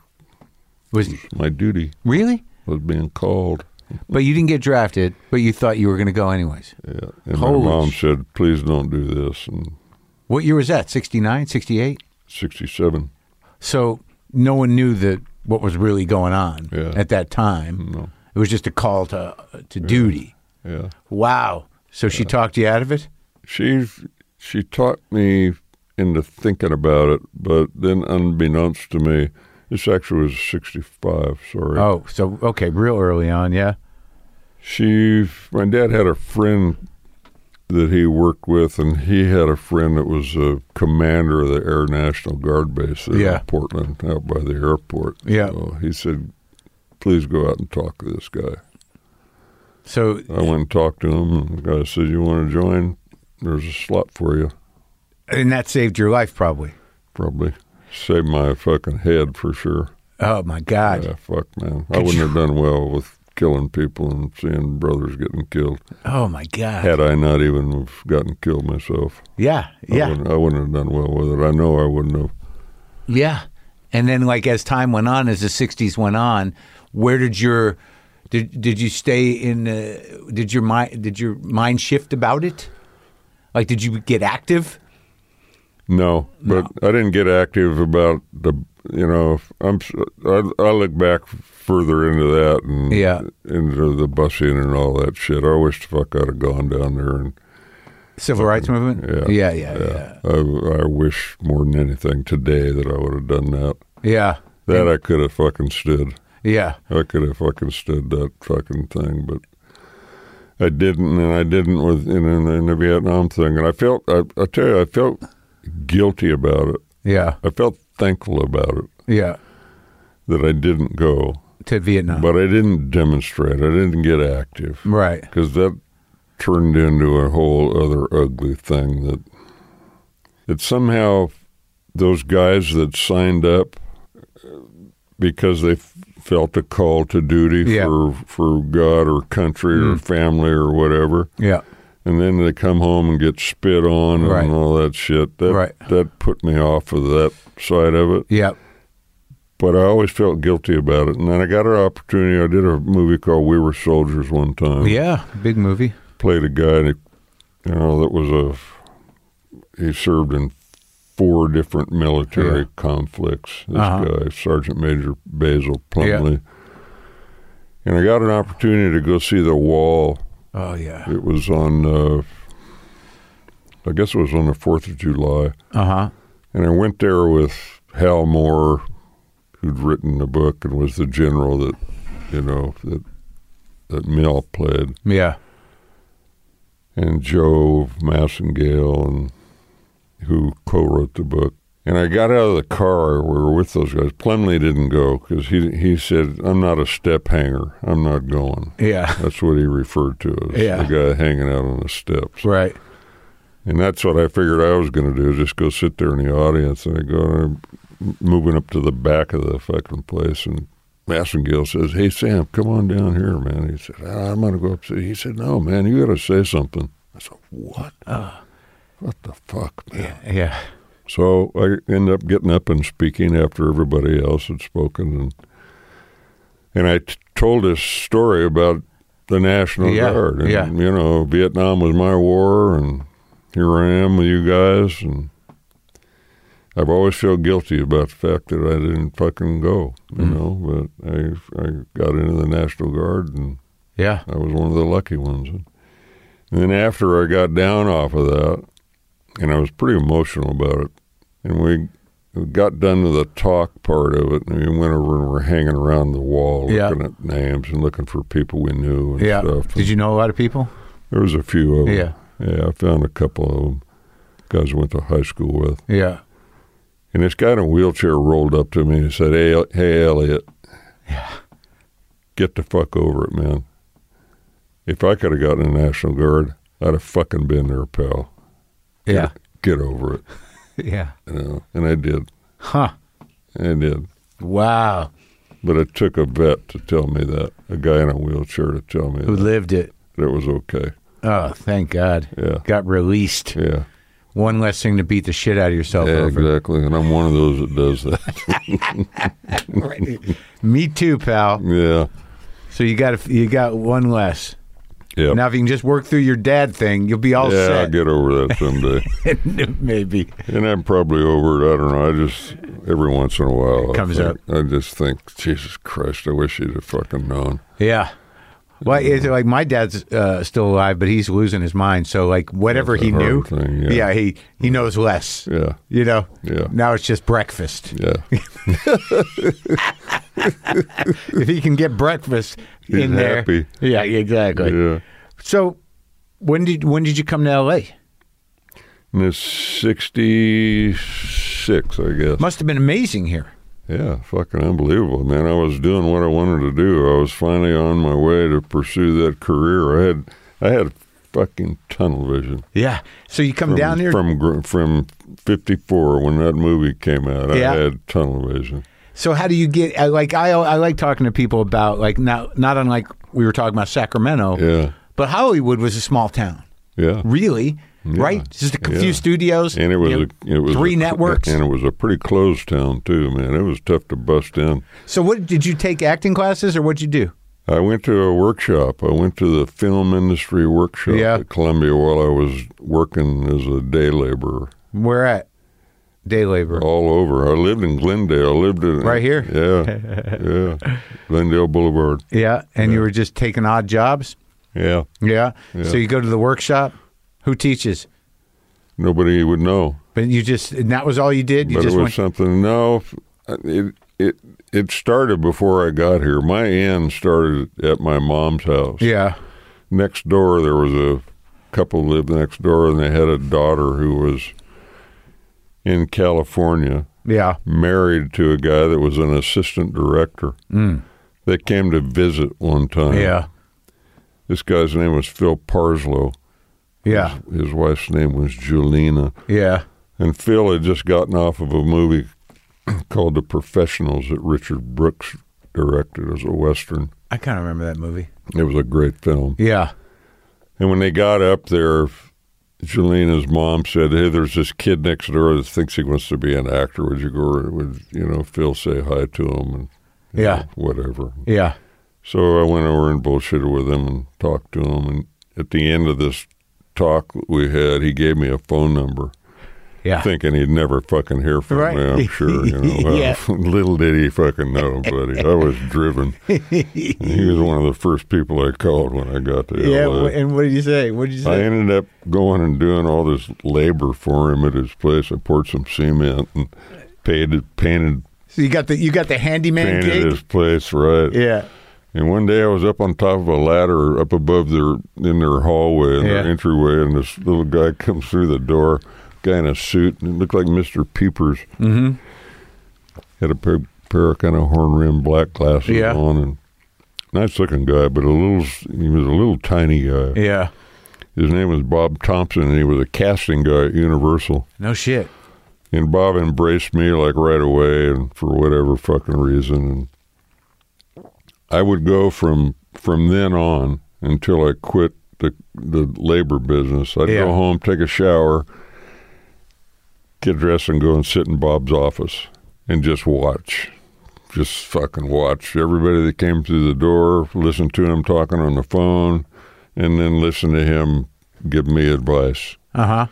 [SPEAKER 1] Was
[SPEAKER 2] my duty
[SPEAKER 1] really?
[SPEAKER 2] was being called.
[SPEAKER 1] But you didn't get drafted, but you thought you were going to go anyways.
[SPEAKER 2] Yeah. And
[SPEAKER 1] Holy
[SPEAKER 2] my mom
[SPEAKER 1] sh-
[SPEAKER 2] said, please don't do this. And
[SPEAKER 1] What year was that? 69, 68?
[SPEAKER 2] 67.
[SPEAKER 1] So no one knew that what was really going on
[SPEAKER 2] Yeah.
[SPEAKER 1] at that time.
[SPEAKER 2] No.
[SPEAKER 1] It was just a call to to duty.
[SPEAKER 2] Yeah.
[SPEAKER 1] Wow. So she talked you out of it?
[SPEAKER 2] She, she talked me into thinking about it, but then unbeknownst to me, this actually was 65, sorry.
[SPEAKER 1] Oh, so okay, real early on, yeah.
[SPEAKER 2] She, my dad had a friend that he worked with, and he had a friend that was a commander of the Air National Guard base there
[SPEAKER 1] Yeah.
[SPEAKER 2] in Portland, out by the airport.
[SPEAKER 1] Yeah.
[SPEAKER 2] So he said, "Please go out and talk to this guy."
[SPEAKER 1] So
[SPEAKER 2] I went and talked to him, and the guy said, "You want to join? There's a slot for you."
[SPEAKER 1] and that saved your life probably.
[SPEAKER 2] Probably saved my fucking head for sure.
[SPEAKER 1] Oh my god.
[SPEAKER 2] Yeah, fuck, man, I wouldn't have done well with killing people and seeing brothers getting killed
[SPEAKER 1] Oh my god.
[SPEAKER 2] had I not even have gotten killed myself.
[SPEAKER 1] Yeah.
[SPEAKER 2] I
[SPEAKER 1] Yeah.
[SPEAKER 2] wouldn't, I wouldn't have done well with it. I know I wouldn't have.
[SPEAKER 1] Yeah. And then like as time went on as the 60s went on, where did your did did you stay in uh, did your mind did your mind shift about it? Like did you get active?
[SPEAKER 2] No, but I didn't get active about the. You know, I'm. s- I, I look back further into that and
[SPEAKER 1] Yeah.
[SPEAKER 2] into the busing and all that shit. I wish the fuck I'd have gone down there and
[SPEAKER 1] Civil rights movement? Yeah,
[SPEAKER 2] Yeah.
[SPEAKER 1] yeah, yeah.
[SPEAKER 2] I, I wish more than anything today that I would have done that.
[SPEAKER 1] Yeah.
[SPEAKER 2] That I could have fucking stood.
[SPEAKER 1] Yeah.
[SPEAKER 2] I could have fucking stood that fucking thing, but I didn't, and I didn't with in, in, in the Vietnam thing. And I felt, I, I tell you, I felt guilty about it.
[SPEAKER 1] Yeah.
[SPEAKER 2] I felt thankful about it
[SPEAKER 1] Yeah.
[SPEAKER 2] that I didn't go,
[SPEAKER 1] To Vietnam.
[SPEAKER 2] but I didn't demonstrate. I didn't get active
[SPEAKER 1] right.
[SPEAKER 2] because that turned into a whole other ugly thing that that somehow those guys that signed up uh, because they f- felt a call to duty
[SPEAKER 1] Yeah. Mm.
[SPEAKER 2] for for God or country or family or whatever
[SPEAKER 1] Yeah.
[SPEAKER 2] and then they come home and get spit on
[SPEAKER 1] Right.
[SPEAKER 2] and all that shit that
[SPEAKER 1] Right.
[SPEAKER 2] that put me off of that side of it
[SPEAKER 1] Yeah.
[SPEAKER 2] but I always felt guilty about it and then I got an opportunity I did a movie called We Were Soldiers one time
[SPEAKER 1] Yeah. Big movie.
[SPEAKER 2] played a guy that you know that was a he served in four different military
[SPEAKER 1] Yeah.
[SPEAKER 2] conflicts. This
[SPEAKER 1] Uh-huh.
[SPEAKER 2] guy, Sergeant Major Basil Plumley. And I got an opportunity to go see the wall.
[SPEAKER 1] Oh yeah.
[SPEAKER 2] It was on uh, I guess it was on the fourth of July.
[SPEAKER 1] Uh huh.
[SPEAKER 2] And I went there with Hal Moore, who'd written the book and was the general that you know, that that Mel played
[SPEAKER 1] Yeah.
[SPEAKER 2] and Joe Massengale and who co-wrote the book. And I got out of the car. We were with those guys. Plumley didn't go because he he said, "I'm not a step hanger. I'm not going."
[SPEAKER 1] Yeah.
[SPEAKER 2] That's what he referred to as
[SPEAKER 1] Yeah.
[SPEAKER 2] the guy hanging out on the steps.
[SPEAKER 1] Right.
[SPEAKER 2] And that's what I figured I was going to do: just go sit there in the audience. And I go and I'm moving up to the back of the fucking place, and Massengale says, "Hey Sam, come on down here, man." He said, "Ah, "I'm going to go up." He said, "No, man, you got to say something." I said, "What? what the fuck, man?"
[SPEAKER 1] Yeah.
[SPEAKER 2] So I ended up getting up and speaking after everybody else had spoken, and and I t- told this story about the National
[SPEAKER 1] Yeah,
[SPEAKER 2] Guard, and
[SPEAKER 1] yeah.
[SPEAKER 2] you know, Vietnam was my war, and here I am with you guys, and I've always felt guilty about the fact that I didn't fucking go, you
[SPEAKER 1] Mm.
[SPEAKER 2] know, but I I got into the National Guard and.
[SPEAKER 1] Yeah.
[SPEAKER 2] I was one of the lucky ones. And then after I got down off of that, and I was pretty emotional about it, and we we got done with the talk part of it, and we went over and we're hanging around the wall,
[SPEAKER 1] Yeah.
[SPEAKER 2] looking at names and looking for people we knew and
[SPEAKER 1] Yeah.
[SPEAKER 2] stuff.
[SPEAKER 1] Did you know a lot of people?
[SPEAKER 2] there was a few of them.
[SPEAKER 1] Yeah.
[SPEAKER 2] yeah, I found a couple of them. Guys I went to high school with,
[SPEAKER 1] Yeah.
[SPEAKER 2] and this guy in a wheelchair rolled up to me and said, "Hey, El- hey, Elliot, get the fuck over it, man. If I could have gotten in the National Guard, I'd have fucking been there, pal.
[SPEAKER 1] Yeah.
[SPEAKER 2] Get over it,
[SPEAKER 1] Yeah.
[SPEAKER 2] you know." And I did.
[SPEAKER 1] Huh.
[SPEAKER 2] I did.
[SPEAKER 1] Wow.
[SPEAKER 2] But it took a vet to tell me that, a guy in a wheelchair to tell me
[SPEAKER 1] Who
[SPEAKER 2] that,
[SPEAKER 1] lived it?
[SPEAKER 2] that it was okay.
[SPEAKER 1] Oh, thank God.
[SPEAKER 2] Yeah.
[SPEAKER 1] Got released.
[SPEAKER 2] Yeah,
[SPEAKER 1] One less thing to beat the shit out of yourself
[SPEAKER 2] yeah
[SPEAKER 1] over.
[SPEAKER 2] exactly. And I'm one of those that does that.
[SPEAKER 1] Me too, pal.
[SPEAKER 2] yeah.
[SPEAKER 1] So you got you got one less.
[SPEAKER 2] Yeah.
[SPEAKER 1] Now if you can just work through your dad thing, you'll be all
[SPEAKER 2] yeah, I'll
[SPEAKER 1] set.
[SPEAKER 2] get over that someday.
[SPEAKER 1] Maybe.
[SPEAKER 2] and I'm probably over it. I don't know. I just every once in a while
[SPEAKER 1] It comes
[SPEAKER 2] I,
[SPEAKER 1] up.
[SPEAKER 2] I just think, Jesus Christ! I wish you'd have fucking known.
[SPEAKER 1] Yeah. Well, it's like my dad's uh, still alive, but he's losing his mind. So like whatever
[SPEAKER 2] That's a
[SPEAKER 1] he
[SPEAKER 2] hard
[SPEAKER 1] knew,
[SPEAKER 2] thing, yeah.
[SPEAKER 1] he he knows less.
[SPEAKER 2] Yeah.
[SPEAKER 1] You know.
[SPEAKER 2] Yeah.
[SPEAKER 1] Now it's just breakfast.
[SPEAKER 2] Yeah,
[SPEAKER 1] if he can get breakfast
[SPEAKER 2] He's
[SPEAKER 1] in there.
[SPEAKER 2] happy.
[SPEAKER 1] Yeah. Exactly.
[SPEAKER 2] yeah.
[SPEAKER 1] So when did when did you come to L.A.?
[SPEAKER 2] And it's '66, I guess.
[SPEAKER 1] Must have been amazing here.
[SPEAKER 2] Yeah, fucking unbelievable, man. I was doing what I wanted to do. I was finally on my way to pursue that career. I had I had fucking tunnel vision.
[SPEAKER 1] Yeah. So you come
[SPEAKER 2] From,
[SPEAKER 1] down here.
[SPEAKER 2] from gr- from 54 when that movie came out.
[SPEAKER 1] Yeah.
[SPEAKER 2] I had tunnel vision.
[SPEAKER 1] So how do you get I like I I like talking to people about like not not unlike we were talking about Sacramento.
[SPEAKER 2] Yeah.
[SPEAKER 1] But Hollywood was a small town.
[SPEAKER 2] Yeah.
[SPEAKER 1] Really? Right? Just a few
[SPEAKER 2] Yeah.
[SPEAKER 1] studios.
[SPEAKER 2] And it was
[SPEAKER 1] you know,
[SPEAKER 2] a, it was
[SPEAKER 1] three
[SPEAKER 2] a-
[SPEAKER 1] networks.
[SPEAKER 2] and it was a pretty closed town too, man. It was tough to bust in.
[SPEAKER 1] so what did you take acting classes or what'd you do?
[SPEAKER 2] I went to a workshop. I went to the film industry workshop
[SPEAKER 1] Yeah.
[SPEAKER 2] at Columbia while I was working as a day laborer.
[SPEAKER 1] Where at? Day labor.
[SPEAKER 2] All over. I lived in Glendale. I lived in
[SPEAKER 1] Right here?
[SPEAKER 2] Yeah, yeah. Glendale Boulevard.
[SPEAKER 1] Yeah. And you were just taking odd jobs?
[SPEAKER 2] Yeah,
[SPEAKER 1] Yeah. So
[SPEAKER 2] Yeah.
[SPEAKER 1] you go to the workshop. Who teaches?
[SPEAKER 2] nobody would know,
[SPEAKER 1] But you just and that was all you did? You
[SPEAKER 2] but it
[SPEAKER 1] just
[SPEAKER 2] was something. No, f- it it it started before I got here. My end started at my mom's house.
[SPEAKER 1] Yeah.
[SPEAKER 2] next door there was a couple lived next door and they had a daughter who was in California
[SPEAKER 1] Yeah.
[SPEAKER 2] married to a guy that was an assistant director. Mm. They came to visit one time.
[SPEAKER 1] Hmm. Yeah.
[SPEAKER 2] This guy's name was Phil Parslow.
[SPEAKER 1] Yeah.
[SPEAKER 2] His, his wife's name was Julina.
[SPEAKER 1] Yeah.
[SPEAKER 2] And Phil had just gotten off of a movie called The Professionals that Richard Brooks directed as a Western.
[SPEAKER 1] I kind of remember that movie.
[SPEAKER 2] It was a great film.
[SPEAKER 1] Yeah.
[SPEAKER 2] And when they got up there, Jelena's mom said, "Hey, there's this kid next door that thinks he wants to be an actor. Would you go? Would you know? Phil say hi to him and you
[SPEAKER 1] Yeah.
[SPEAKER 2] know, whatever."
[SPEAKER 1] Yeah.
[SPEAKER 2] So I went over and bullshitted with him and talked to him. And at the end of this talk we had, he gave me a phone number,
[SPEAKER 1] Yeah.
[SPEAKER 2] thinking he'd never fucking hear from
[SPEAKER 1] Right.
[SPEAKER 2] me. I'm sure. You know, Well,
[SPEAKER 1] Yeah.
[SPEAKER 2] little did he fucking know, buddy. I was driven. he was one of the first people I called when I got to
[SPEAKER 1] Yeah,
[SPEAKER 2] LA.
[SPEAKER 1] wh- and what did you say? What did you
[SPEAKER 2] I
[SPEAKER 1] say?
[SPEAKER 2] ended up going and doing all this labor for him at his place. I poured some cement and painted painted
[SPEAKER 1] so you got the you got the handyman
[SPEAKER 2] painted
[SPEAKER 1] gig.
[SPEAKER 2] his place right.
[SPEAKER 1] Yeah,
[SPEAKER 2] And one day I was up on top of a ladder up above their in their hallway in
[SPEAKER 1] Yeah.
[SPEAKER 2] their entryway, and this little guy comes through the door, guy in a suit, and it looked like Mister Peepers. Mm-hmm. Had a pair, pair of kind of horn rimmed black glasses
[SPEAKER 1] Yeah.
[SPEAKER 2] on, and nice looking guy, but a little he was a little tiny guy.
[SPEAKER 1] yeah.
[SPEAKER 2] His name was Bob Thompson, and he was a casting guy at Universal.
[SPEAKER 1] No shit.
[SPEAKER 2] And Bob embraced me like right away, and for whatever fucking reason. And I would go from from then on until I quit the the labor business. I'd
[SPEAKER 1] Yeah.
[SPEAKER 2] go home, take a shower, get dressed, and go and sit in Bob's office and just watch. Just fucking watch everybody that came through the door, listen to him talking on the phone, and then listen to him give me advice.
[SPEAKER 1] Uh huh.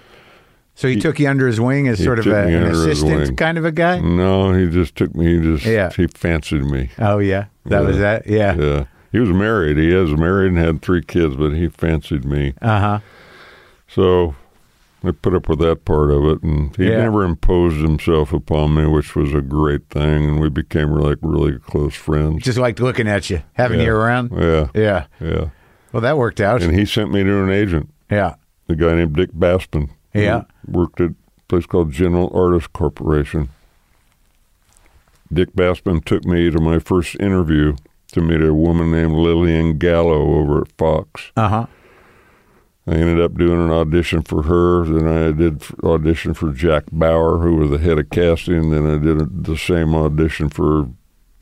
[SPEAKER 1] So he, took you under his wing as
[SPEAKER 2] he
[SPEAKER 1] sort of
[SPEAKER 2] took
[SPEAKER 1] a,
[SPEAKER 2] me
[SPEAKER 1] an
[SPEAKER 2] under his
[SPEAKER 1] assistant
[SPEAKER 2] wing. Mm.
[SPEAKER 1] kind of a guy.
[SPEAKER 2] No, he just took me. He just
[SPEAKER 1] Yeah.
[SPEAKER 2] he fancied me.
[SPEAKER 1] Oh yeah, that
[SPEAKER 2] Yeah.
[SPEAKER 1] was that. Yeah.
[SPEAKER 2] Yeah, he was married. He is married and had three kids, but he fancied me.
[SPEAKER 1] Uh huh.
[SPEAKER 2] So I put up with that part of it, and he
[SPEAKER 1] Yeah.
[SPEAKER 2] never imposed himself upon me, which was a great thing. And we became like really close friends.
[SPEAKER 1] Just liked looking at you, having
[SPEAKER 2] Yeah.
[SPEAKER 1] you around.
[SPEAKER 2] yeah,
[SPEAKER 1] Yeah.
[SPEAKER 2] yeah.
[SPEAKER 1] Well, that worked out.
[SPEAKER 2] And he sent me to an agent,
[SPEAKER 1] yeah.
[SPEAKER 2] a guy named Dick Baspin. who
[SPEAKER 1] Yeah.
[SPEAKER 2] worked at a place called General Artist Corporation. Dick Baspin took me to my first interview to meet a woman named Lillian Gallo over at Fox.
[SPEAKER 1] Uh huh.
[SPEAKER 2] I ended up doing an audition for her. Then I did f- audition for Jack Bauer, who was the head of casting. Then I did a, the same audition for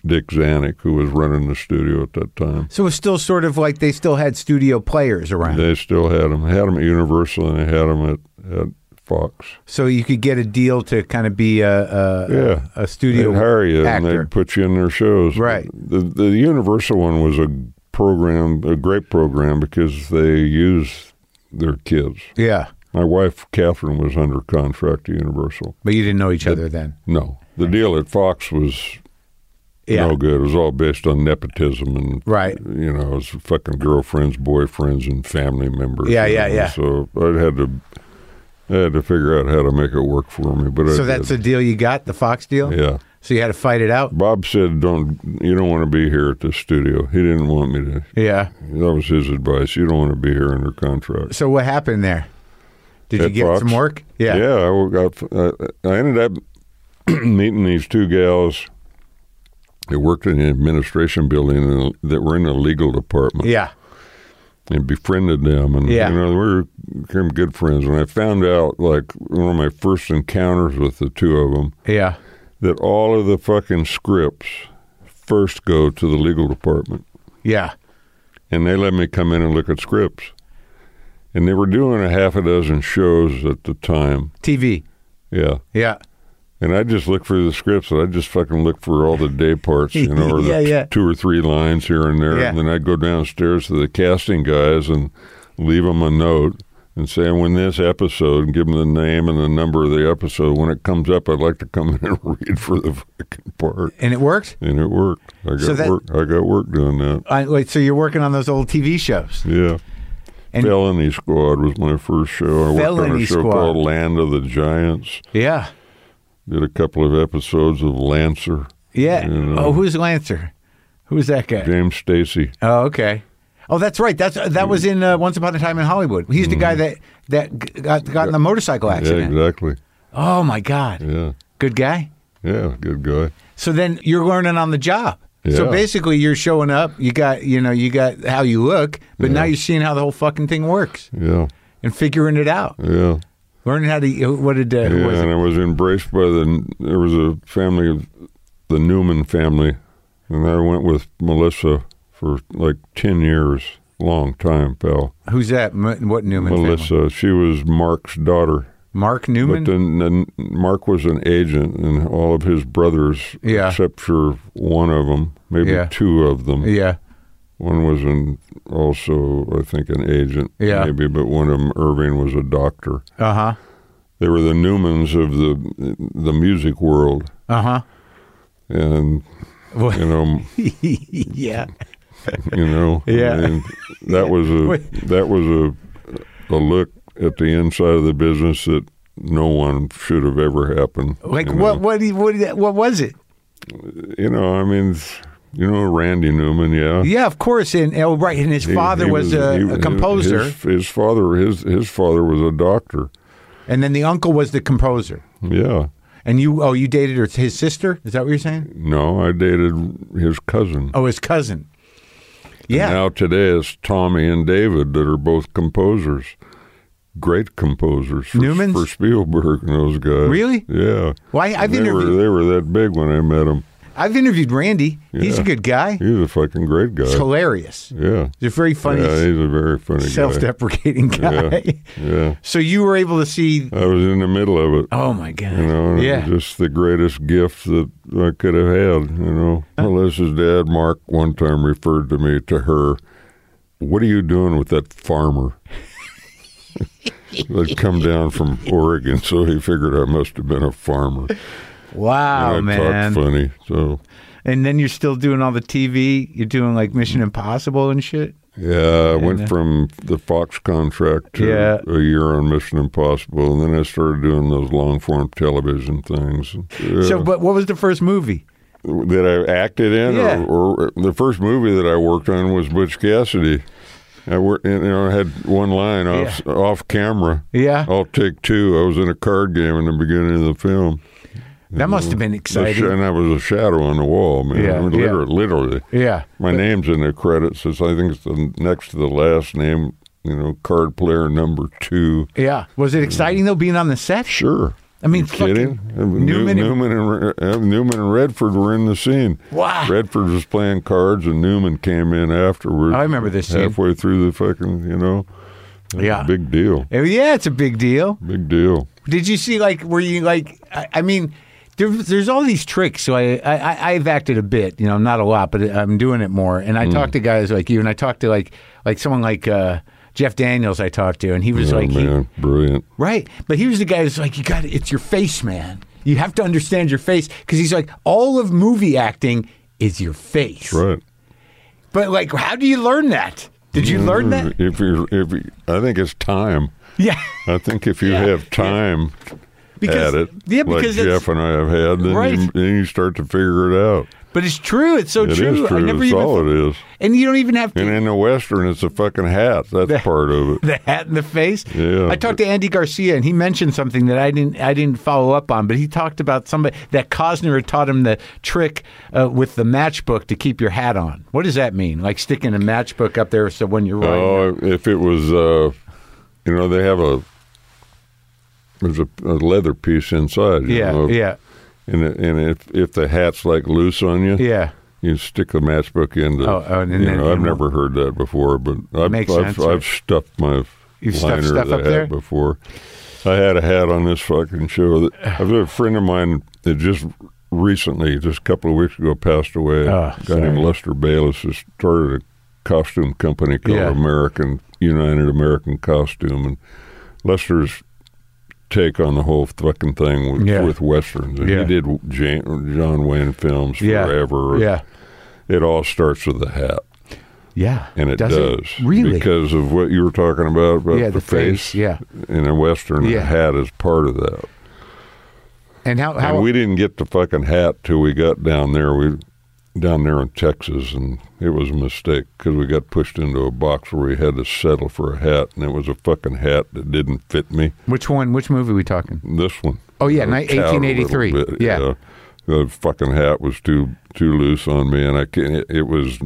[SPEAKER 2] Dick Zanuck, who was running the studio at that time.
[SPEAKER 1] So it was still sort of like they still had studio players around,
[SPEAKER 2] They still had him. Had him at Universal, and they had him at, at Fox.
[SPEAKER 1] so you could get a deal to kind of be a a,
[SPEAKER 2] Yeah.
[SPEAKER 1] a studio
[SPEAKER 2] they'd hire you and
[SPEAKER 1] actor.
[SPEAKER 2] they'd put you in their shows.
[SPEAKER 1] Right.
[SPEAKER 2] The the Universal one was a program, a great program, because they use their kids.
[SPEAKER 1] Yeah.
[SPEAKER 2] My wife, Catherine, was under contract to Universal.
[SPEAKER 1] But you didn't know each other then.
[SPEAKER 2] No, the deal at Fox was
[SPEAKER 1] Yeah.
[SPEAKER 2] no good. It was all based on nepotism and
[SPEAKER 1] Right.
[SPEAKER 2] You know, it was fucking girlfriends, boyfriends, and family members.
[SPEAKER 1] Yeah,
[SPEAKER 2] you
[SPEAKER 1] yeah,
[SPEAKER 2] know,
[SPEAKER 1] yeah.
[SPEAKER 2] So I had to, I had to figure out how to make it work for me. But
[SPEAKER 1] So
[SPEAKER 2] I
[SPEAKER 1] that's the
[SPEAKER 2] did.
[SPEAKER 1] deal you got, the Fox deal?
[SPEAKER 2] yeah.
[SPEAKER 1] So you had to fight it out?
[SPEAKER 2] Bob said, "Don't you don't want to be here at this studio." He didn't want me to.
[SPEAKER 1] Yeah.
[SPEAKER 2] That was his advice. You don't want to be here under contract.
[SPEAKER 1] So what happened there? Did you
[SPEAKER 2] At
[SPEAKER 1] get
[SPEAKER 2] Fox?
[SPEAKER 1] some work? Yeah.
[SPEAKER 2] Yeah, I got. I- I ended up meeting these two gals. They worked in the administration building and that were in the legal department,
[SPEAKER 1] Yeah.
[SPEAKER 2] and befriended them, and
[SPEAKER 1] Yeah.
[SPEAKER 2] you know we were became good friends. And I found out, like one of my first encounters with the two of them,
[SPEAKER 1] Yeah.
[SPEAKER 2] that all of the fucking scripts first go to the legal department.
[SPEAKER 1] Yeah.
[SPEAKER 2] and they let me come in and look at scripts. And they were doing a half a dozen shows at the time.
[SPEAKER 1] TV.
[SPEAKER 2] Yeah.
[SPEAKER 1] Yeah.
[SPEAKER 2] And I just looked for the scripts and I just fucking looked for all the day parts, you know, or the
[SPEAKER 1] Yeah,
[SPEAKER 2] t-
[SPEAKER 1] yeah.
[SPEAKER 2] two or three lines here and there.
[SPEAKER 1] Yeah.
[SPEAKER 2] And then I'd go downstairs to the casting guys and leave them a note and say, I'm in this episode and give them the name and the number of the episode. When it comes up, I'd like to come in and read for the fucking part.
[SPEAKER 1] And it worked?
[SPEAKER 2] And it worked. I got
[SPEAKER 1] So that-
[SPEAKER 2] work. I got work doing that.
[SPEAKER 1] I, wait, so you're working on those old TV shows.
[SPEAKER 2] Yeah.
[SPEAKER 1] And-
[SPEAKER 2] Felony Squad was my first show. I worked on
[SPEAKER 1] Felony
[SPEAKER 2] a show
[SPEAKER 1] Squad.
[SPEAKER 2] called Land of the Giants.
[SPEAKER 1] Yeah.
[SPEAKER 2] Did a couple of episodes of Lancer.
[SPEAKER 1] Yeah.
[SPEAKER 2] You know,
[SPEAKER 1] Oh, who's Lancer? Who's that guy?
[SPEAKER 2] James Stacy.
[SPEAKER 1] Oh, okay. Oh, that's right. That's that was
[SPEAKER 2] Hmm.
[SPEAKER 1] in uh, Once Upon a Time in Hollywood. He's the guy that that g- got got in the motorcycle
[SPEAKER 2] Yeah,
[SPEAKER 1] accident.
[SPEAKER 2] exactly.
[SPEAKER 1] Oh my God,
[SPEAKER 2] Yeah.
[SPEAKER 1] good guy.
[SPEAKER 2] Yeah, good guy.
[SPEAKER 1] So then you're learning on the job. So
[SPEAKER 2] Yeah.
[SPEAKER 1] basically, you're showing up. You got you know you got how you look, but now you're seeing how the whole fucking thing works
[SPEAKER 2] Yeah.
[SPEAKER 1] and figuring it out,
[SPEAKER 2] Yeah.
[SPEAKER 1] learning how to what did uh, who
[SPEAKER 2] yeah,
[SPEAKER 1] was
[SPEAKER 2] and
[SPEAKER 1] it?
[SPEAKER 2] I was embraced by the. There was a family of the Newman family, and I went with Melissa for like ten years, long time, pal.
[SPEAKER 1] Who's that? M- what Newman? family?
[SPEAKER 2] Melissa, she was Mark's daughter.
[SPEAKER 1] Mark
[SPEAKER 2] But
[SPEAKER 1] Newman.
[SPEAKER 2] then, then Mark was an agent, and all of his brothers,
[SPEAKER 1] Yeah.
[SPEAKER 2] except for one of them, maybe
[SPEAKER 1] Yeah.
[SPEAKER 2] two of them.
[SPEAKER 1] yeah,
[SPEAKER 2] One was an also, I think, an agent,
[SPEAKER 1] Yeah.
[SPEAKER 2] maybe, but one of them, Irving, was a doctor.
[SPEAKER 1] uh huh,
[SPEAKER 2] They were the Newmans of the the music world,
[SPEAKER 1] uh huh.
[SPEAKER 2] and you know,
[SPEAKER 1] yeah,
[SPEAKER 2] you know,
[SPEAKER 1] Yeah.
[SPEAKER 2] and that was a that was a a look at the inside of the business that no one should have ever happened.
[SPEAKER 1] like
[SPEAKER 2] you know.
[SPEAKER 1] what? What? do you- What? do you- What was it?
[SPEAKER 2] you know, I mean, you know, Randy Newman, yeah.
[SPEAKER 1] Yeah, of course. And oh, right, and his
[SPEAKER 2] He-
[SPEAKER 1] father
[SPEAKER 2] he
[SPEAKER 1] was,
[SPEAKER 2] he-
[SPEAKER 1] a, a
[SPEAKER 2] his-
[SPEAKER 1] composer,
[SPEAKER 2] His, his father, his his father was a doctor.
[SPEAKER 1] and then the uncle was the composer.
[SPEAKER 2] Yeah.
[SPEAKER 1] And you, oh, you dated her, his sister? Is that what you're saying?
[SPEAKER 2] No, I dated his cousin.
[SPEAKER 1] Oh, his cousin. Yeah,
[SPEAKER 2] Now today it's Tommy and David that are both composers, great composers for,
[SPEAKER 1] Newmans?
[SPEAKER 2] for Spielberg and those guys.
[SPEAKER 1] Really?
[SPEAKER 2] Yeah.
[SPEAKER 1] Why- I've
[SPEAKER 2] they were,
[SPEAKER 1] interviewed-
[SPEAKER 2] they were that big when I met him.
[SPEAKER 1] I've interviewed Randy. He's a
[SPEAKER 2] Yeah.
[SPEAKER 1] good guy.
[SPEAKER 2] He's a fucking great guy.
[SPEAKER 1] He's hilarious.
[SPEAKER 2] yeah.
[SPEAKER 1] He's a very funny,
[SPEAKER 2] Yeah, he's a very funny guy.
[SPEAKER 1] self-deprecating guy.
[SPEAKER 2] Yeah.
[SPEAKER 1] So you were able to see.
[SPEAKER 2] I was in the middle of it.
[SPEAKER 1] Oh my god!
[SPEAKER 2] You know, and it
[SPEAKER 1] yeah,
[SPEAKER 2] was just the greatest gift that I could have had. You know, Melissa's dad, Mark, one time referred to me to her. What are you doing with that farmer? They'd come down from Oregon, so he figured I must have been a farmer.
[SPEAKER 1] wow,
[SPEAKER 2] I
[SPEAKER 1] Oh, man.
[SPEAKER 2] talked funny, so
[SPEAKER 1] And then you're still doing all the TV. You're doing like Mission Impossible and shit.
[SPEAKER 2] yeah. I went from the Fox contract to
[SPEAKER 1] Yeah.
[SPEAKER 2] a year on Mission Impossible, and then I started doing those long form television things. Yeah.
[SPEAKER 1] So, but what was the first movie?
[SPEAKER 2] that I acted in,
[SPEAKER 1] Yeah.
[SPEAKER 2] or, or the first movie that I worked on was Butch Cassidy. I worked, you know, I had one line off off camera.
[SPEAKER 1] Yeah.
[SPEAKER 2] I'll take two. I was in a card game in the beginning of the film.
[SPEAKER 1] That must have been
[SPEAKER 2] The sh-
[SPEAKER 1] exciting.
[SPEAKER 2] and I was a shadow on the wall, man.
[SPEAKER 1] Yeah,
[SPEAKER 2] I mean,
[SPEAKER 1] yeah.
[SPEAKER 2] literally, literally.
[SPEAKER 1] Yeah.
[SPEAKER 2] My name's in the credits. It's, I think it's the next to the last name. You know, card player number two.
[SPEAKER 1] Yeah. Was it exciting though being on the set?
[SPEAKER 2] Sure.
[SPEAKER 1] I mean,
[SPEAKER 2] You kidding? Uh,
[SPEAKER 1] fucking
[SPEAKER 2] New-
[SPEAKER 1] Newman
[SPEAKER 2] Newman,
[SPEAKER 1] and-
[SPEAKER 2] and, Re- uh, Newman and Redford were in the scene.
[SPEAKER 1] Wow.
[SPEAKER 2] Redford was playing cards, and Newman came in afterwards.
[SPEAKER 1] I remember this scene.
[SPEAKER 2] Halfway through the fucking, you know,
[SPEAKER 1] Yeah.
[SPEAKER 2] big deal,
[SPEAKER 1] Oh, Yeah, it's a big deal.
[SPEAKER 2] big deal.
[SPEAKER 1] Did you see like were you like I, I mean, there, there's all these tricks. So I, I, I- I've acted a bit, you know, not a lot, but I'm doing it more. And I
[SPEAKER 2] Mm.
[SPEAKER 1] talk to guys like you, and I talk to like like someone like uh, Jeff Daniels. I talked to, and he was
[SPEAKER 2] Oh,
[SPEAKER 1] like, he-
[SPEAKER 2] man, brilliant.
[SPEAKER 1] Right. But he was the guy who's like, you got to it's your face, man. You have to understand your face. Because he's like, all of movie acting is your face.
[SPEAKER 2] Right.
[SPEAKER 1] But like, how do you learn that? Did you learn that?
[SPEAKER 2] Mm. If you, if you, I think it's time.
[SPEAKER 1] Yeah.
[SPEAKER 2] I think if you have time
[SPEAKER 1] Because-
[SPEAKER 2] at it,
[SPEAKER 1] yeah,
[SPEAKER 2] like
[SPEAKER 1] because it's-
[SPEAKER 2] Jeff and I have had, then,
[SPEAKER 1] Right.
[SPEAKER 2] you, then you start to figure it out.
[SPEAKER 1] But it's true. It's so
[SPEAKER 2] It is
[SPEAKER 1] true. I
[SPEAKER 2] true.
[SPEAKER 1] never
[SPEAKER 2] That's
[SPEAKER 1] even.
[SPEAKER 2] all it is.
[SPEAKER 1] And you don't even have to.
[SPEAKER 2] And in the Western, it's a fucking hat. That's part of it.
[SPEAKER 1] the hat in the face.
[SPEAKER 2] Yeah.
[SPEAKER 1] I talked to Andy Garcia and he mentioned something that I didn't I didn't follow up on, but he talked about somebody that Cosner had taught him the trick uh, with the matchbook to keep your hat on. What does that mean? Like sticking a matchbook up there so when you're riding.
[SPEAKER 2] Oh, if it was, uh, you know, they have a there's a, a leather piece inside. you
[SPEAKER 1] yeah,
[SPEAKER 2] know,
[SPEAKER 1] yeah,
[SPEAKER 2] And it- and if if the hat's like loose on you,
[SPEAKER 1] yeah.
[SPEAKER 2] you stick the matchbook in. To,
[SPEAKER 1] Oh, oh, and
[SPEAKER 2] you
[SPEAKER 1] then-
[SPEAKER 2] know, I've
[SPEAKER 1] and-
[SPEAKER 2] never heard that before, but I've
[SPEAKER 1] Makes
[SPEAKER 2] I've,
[SPEAKER 1] sense,
[SPEAKER 2] I've,
[SPEAKER 1] right?
[SPEAKER 2] stuffed my
[SPEAKER 1] You've stuffed
[SPEAKER 2] liner
[SPEAKER 1] stuff
[SPEAKER 2] of the
[SPEAKER 1] up
[SPEAKER 2] hat
[SPEAKER 1] there?
[SPEAKER 2] before. I had a hat on this fucking show. That, I've got a friend of mine that just recently, just a couple of weeks ago, passed away.
[SPEAKER 1] Oh,
[SPEAKER 2] a guy named Lester Bayless has started a costume company called
[SPEAKER 1] Yeah.
[SPEAKER 2] American United American Costume, and Lester's take on the whole fucking thing with,
[SPEAKER 1] Yeah.
[SPEAKER 2] with westerns. And
[SPEAKER 1] Yeah.
[SPEAKER 2] He did Jan, John Wayne films
[SPEAKER 1] Yeah.
[SPEAKER 2] forever.
[SPEAKER 1] Yeah.
[SPEAKER 2] It all starts with the hat,
[SPEAKER 1] Yeah.
[SPEAKER 2] and it does,
[SPEAKER 1] does. Really?
[SPEAKER 2] because of what you were talking about about
[SPEAKER 1] yeah,
[SPEAKER 2] the,
[SPEAKER 1] the face. Yeah.
[SPEAKER 2] In a western, the
[SPEAKER 1] Yeah.
[SPEAKER 2] hat is part of that.
[SPEAKER 1] And how how
[SPEAKER 2] and we didn't get the fucking hat till we got down there. We down there in Texas, and it was a mistake because we got pushed into a box where we had to settle for a hat, and it was a fucking hat that didn't fit me.
[SPEAKER 1] which one which movie are we talking?
[SPEAKER 2] This one.
[SPEAKER 1] Oh, yeah,
[SPEAKER 2] I
[SPEAKER 1] ni-
[SPEAKER 2] cowed a little
[SPEAKER 1] 1883.
[SPEAKER 2] bit,
[SPEAKER 1] Yeah.
[SPEAKER 2] The fucking hat was too too loose on me, and I can't. It, it was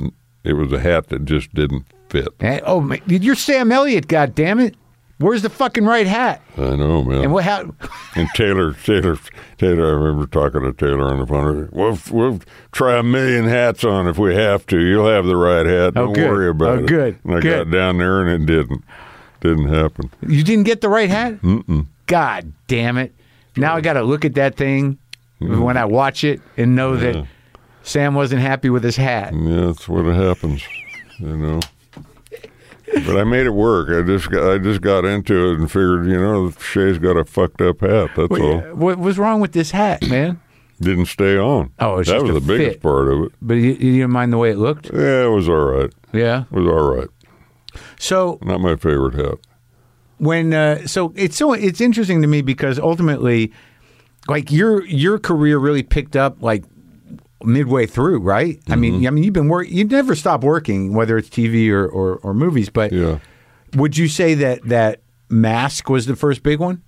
[SPEAKER 2] it was a hat that just didn't fit.
[SPEAKER 1] Eh, oh, my, you're Sam Elliott, God damn it! Where's the fucking right hat?
[SPEAKER 2] I know, man.
[SPEAKER 1] And what how
[SPEAKER 2] And Taylor, Taylor, Taylor. I remember talking to Taylor on the phone. We'll we'll try a million hats on if we have to. You'll have the right hat.
[SPEAKER 1] Oh,
[SPEAKER 2] Don't
[SPEAKER 1] good.
[SPEAKER 2] worry about
[SPEAKER 1] Oh,
[SPEAKER 2] it.
[SPEAKER 1] good.
[SPEAKER 2] And I
[SPEAKER 1] Good.
[SPEAKER 2] got down there, and it didn't didn't happen.
[SPEAKER 1] You didn't get the right hat? Mm-mm. God damn it. Now I got to look at that thing when I watch it and know that Sam wasn't happy with his hat.
[SPEAKER 2] Yeah, that's what happens, you know. But I made it work. I just got, I just got into it and figured, you know, Shay's got a fucked up hat. That's all.
[SPEAKER 1] What was wrong with this hat, man?
[SPEAKER 2] Didn't stay on.
[SPEAKER 1] Oh, it's
[SPEAKER 2] that
[SPEAKER 1] just
[SPEAKER 2] was
[SPEAKER 1] a
[SPEAKER 2] the biggest
[SPEAKER 1] fit.
[SPEAKER 2] part of it.
[SPEAKER 1] But you, you didn't mind the way it looked?
[SPEAKER 2] Yeah, it was all right.
[SPEAKER 1] Yeah.
[SPEAKER 2] It was all right.
[SPEAKER 1] So
[SPEAKER 2] Not my favorite hat.
[SPEAKER 1] when uh, so it's so it's interesting to me because ultimately like your your career really picked up like midway through, right? I
[SPEAKER 2] Mm-hmm.
[SPEAKER 1] mean, I mean you've been work you never stop working whether it's TV or or, or movies, but
[SPEAKER 2] Yeah.
[SPEAKER 1] Would you say that that Mask was the first big one?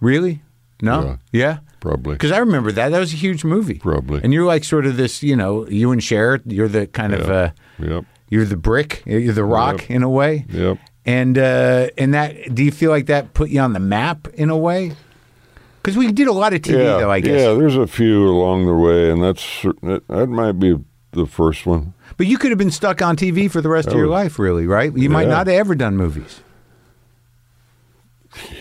[SPEAKER 1] Really? No. Yeah.
[SPEAKER 2] Probably.
[SPEAKER 1] Because I remember that. That was a huge movie.
[SPEAKER 2] Probably.
[SPEAKER 1] And you're like sort of this, you know, you and Cher, you're the kind of, uh,
[SPEAKER 2] Yep.
[SPEAKER 1] you're the brick, you're the rock
[SPEAKER 2] Yep.
[SPEAKER 1] in a way.
[SPEAKER 2] Yep.
[SPEAKER 1] And uh, and that, do you feel like that put you on the map in a way? Because we did a lot of TV,
[SPEAKER 2] yeah.
[SPEAKER 1] though, I guess.
[SPEAKER 2] Yeah, there's a few along the way, and that's cer- that, that might be the first one.
[SPEAKER 1] But you could have been stuck on TV for the rest of your
[SPEAKER 2] was-
[SPEAKER 1] life, really, right? You might
[SPEAKER 2] Oh. Yeah.
[SPEAKER 1] not have ever done movies.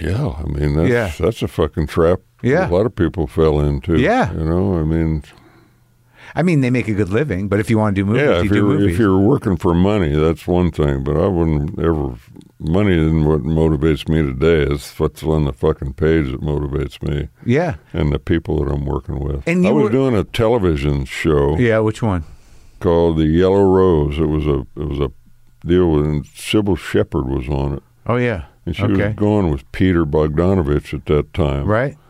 [SPEAKER 2] Yeah, I mean that's
[SPEAKER 1] Yeah.
[SPEAKER 2] that's a fucking trap.
[SPEAKER 1] Yeah.
[SPEAKER 2] a lot of people fell into.
[SPEAKER 1] Yeah.
[SPEAKER 2] you know, I mean,
[SPEAKER 1] I mean, they make a good living, but if you want to do movies,
[SPEAKER 2] yeah,
[SPEAKER 1] you
[SPEAKER 2] if
[SPEAKER 1] do
[SPEAKER 2] you're
[SPEAKER 1] movies.
[SPEAKER 2] if you're working for money, that's one thing. But I wouldn't ever. Money isn't what motivates me today. It's what's on the fucking page that motivates me,
[SPEAKER 1] yeah.
[SPEAKER 2] and the people that I'm working with.
[SPEAKER 1] And
[SPEAKER 2] I
[SPEAKER 1] you
[SPEAKER 2] was
[SPEAKER 1] were-
[SPEAKER 2] doing a television show.
[SPEAKER 1] Yeah, which one?
[SPEAKER 2] called the Yellow Rose. It was a it was a deal with and Sybil Shepherd was on it,
[SPEAKER 1] Oh yeah.
[SPEAKER 2] and she
[SPEAKER 1] okay.
[SPEAKER 2] was going with Peter Bogdanovich at that time.
[SPEAKER 1] Right.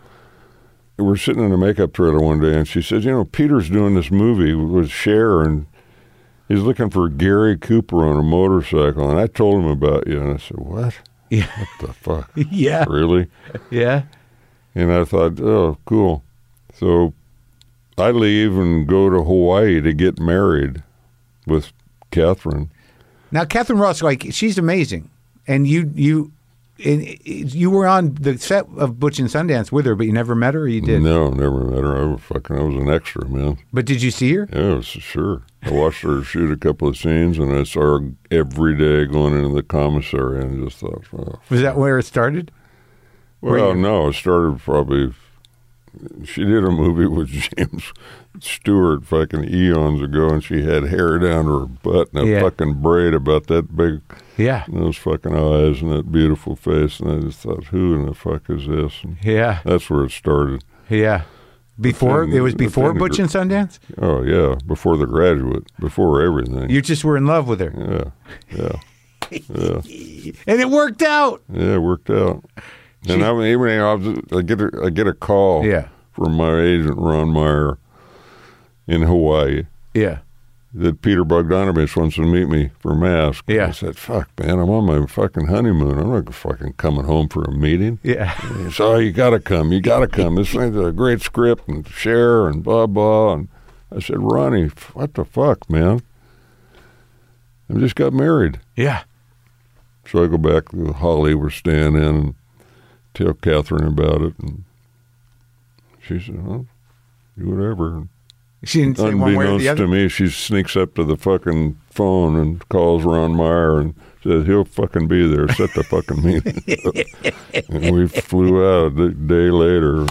[SPEAKER 2] We were sitting in a makeup trailer one day, and she says, "You know, Peter's doing this movie with Cher, and he's looking for Gary Cooper on a motorcycle." And I told him about you, and I said, "What?
[SPEAKER 1] Yeah.
[SPEAKER 2] What the fuck?
[SPEAKER 1] Yeah.
[SPEAKER 2] really?"
[SPEAKER 1] Yeah.
[SPEAKER 2] And I thought, "Oh, cool." So I leave and go to Hawaii to get married with Catherine.
[SPEAKER 1] Now Catherine Ross, like she's amazing, and you you. And you were on the set of Butch and Sundance with her, but you never met her. Or you did,
[SPEAKER 2] No, never met her. I was fucking. I was an extra, man.
[SPEAKER 1] but did you see her?
[SPEAKER 2] Yeah, it was- sure. I watched her shoot a couple of scenes, and I saw her every day going into the commissary, and just thought, well,
[SPEAKER 1] Was that where it started? Were
[SPEAKER 2] well
[SPEAKER 1] you-
[SPEAKER 2] no, it started probably She did a movie with James Stewart fucking eons ago, and she had hair down to her butt and a
[SPEAKER 1] Yeah.
[SPEAKER 2] fucking braid about that big,
[SPEAKER 1] Yeah.
[SPEAKER 2] and those fucking eyes and that beautiful face. And I just thought, who in the fuck is this? And
[SPEAKER 1] Yeah.
[SPEAKER 2] that's where it started.
[SPEAKER 1] Yeah. Before
[SPEAKER 2] Within-
[SPEAKER 1] it was before
[SPEAKER 2] within the
[SPEAKER 1] Butch and Sundance.
[SPEAKER 2] Oh yeah, before the graduate, before everything.
[SPEAKER 1] You just were in love with her,
[SPEAKER 2] yeah, yeah,
[SPEAKER 1] and it worked out.
[SPEAKER 2] yeah. It worked out. And I mean, even I, was, I get a, I get a call.
[SPEAKER 1] Yeah.
[SPEAKER 2] from my agent Ron Meyer in Hawaii
[SPEAKER 1] Yeah.
[SPEAKER 2] that Peter Bogdanovich wants to meet me for mask.
[SPEAKER 1] Yeah.
[SPEAKER 2] I said, "Fuck, man, I'm on my fucking honeymoon. I'm not fucking coming home for a meeting."
[SPEAKER 1] Yeah.
[SPEAKER 2] And he said, "Oh, you gotta come. You gotta come. This thing's a great script and share and blah blah." And I said, "Ronnie, f- what the fuck, man? I just got married."
[SPEAKER 1] Yeah.
[SPEAKER 2] So I go back to Holly, we're staying in, and tell Catherine about it, and she said, "Well, do whatever." And
[SPEAKER 1] She didn't say one way or
[SPEAKER 2] Unbeknownst
[SPEAKER 1] the
[SPEAKER 2] to
[SPEAKER 1] other.
[SPEAKER 2] me, she sneaks up to the fucking phone and calls Ron Meyer and says he'll fucking be there. Set the fucking meeting. up." and we flew out a day later.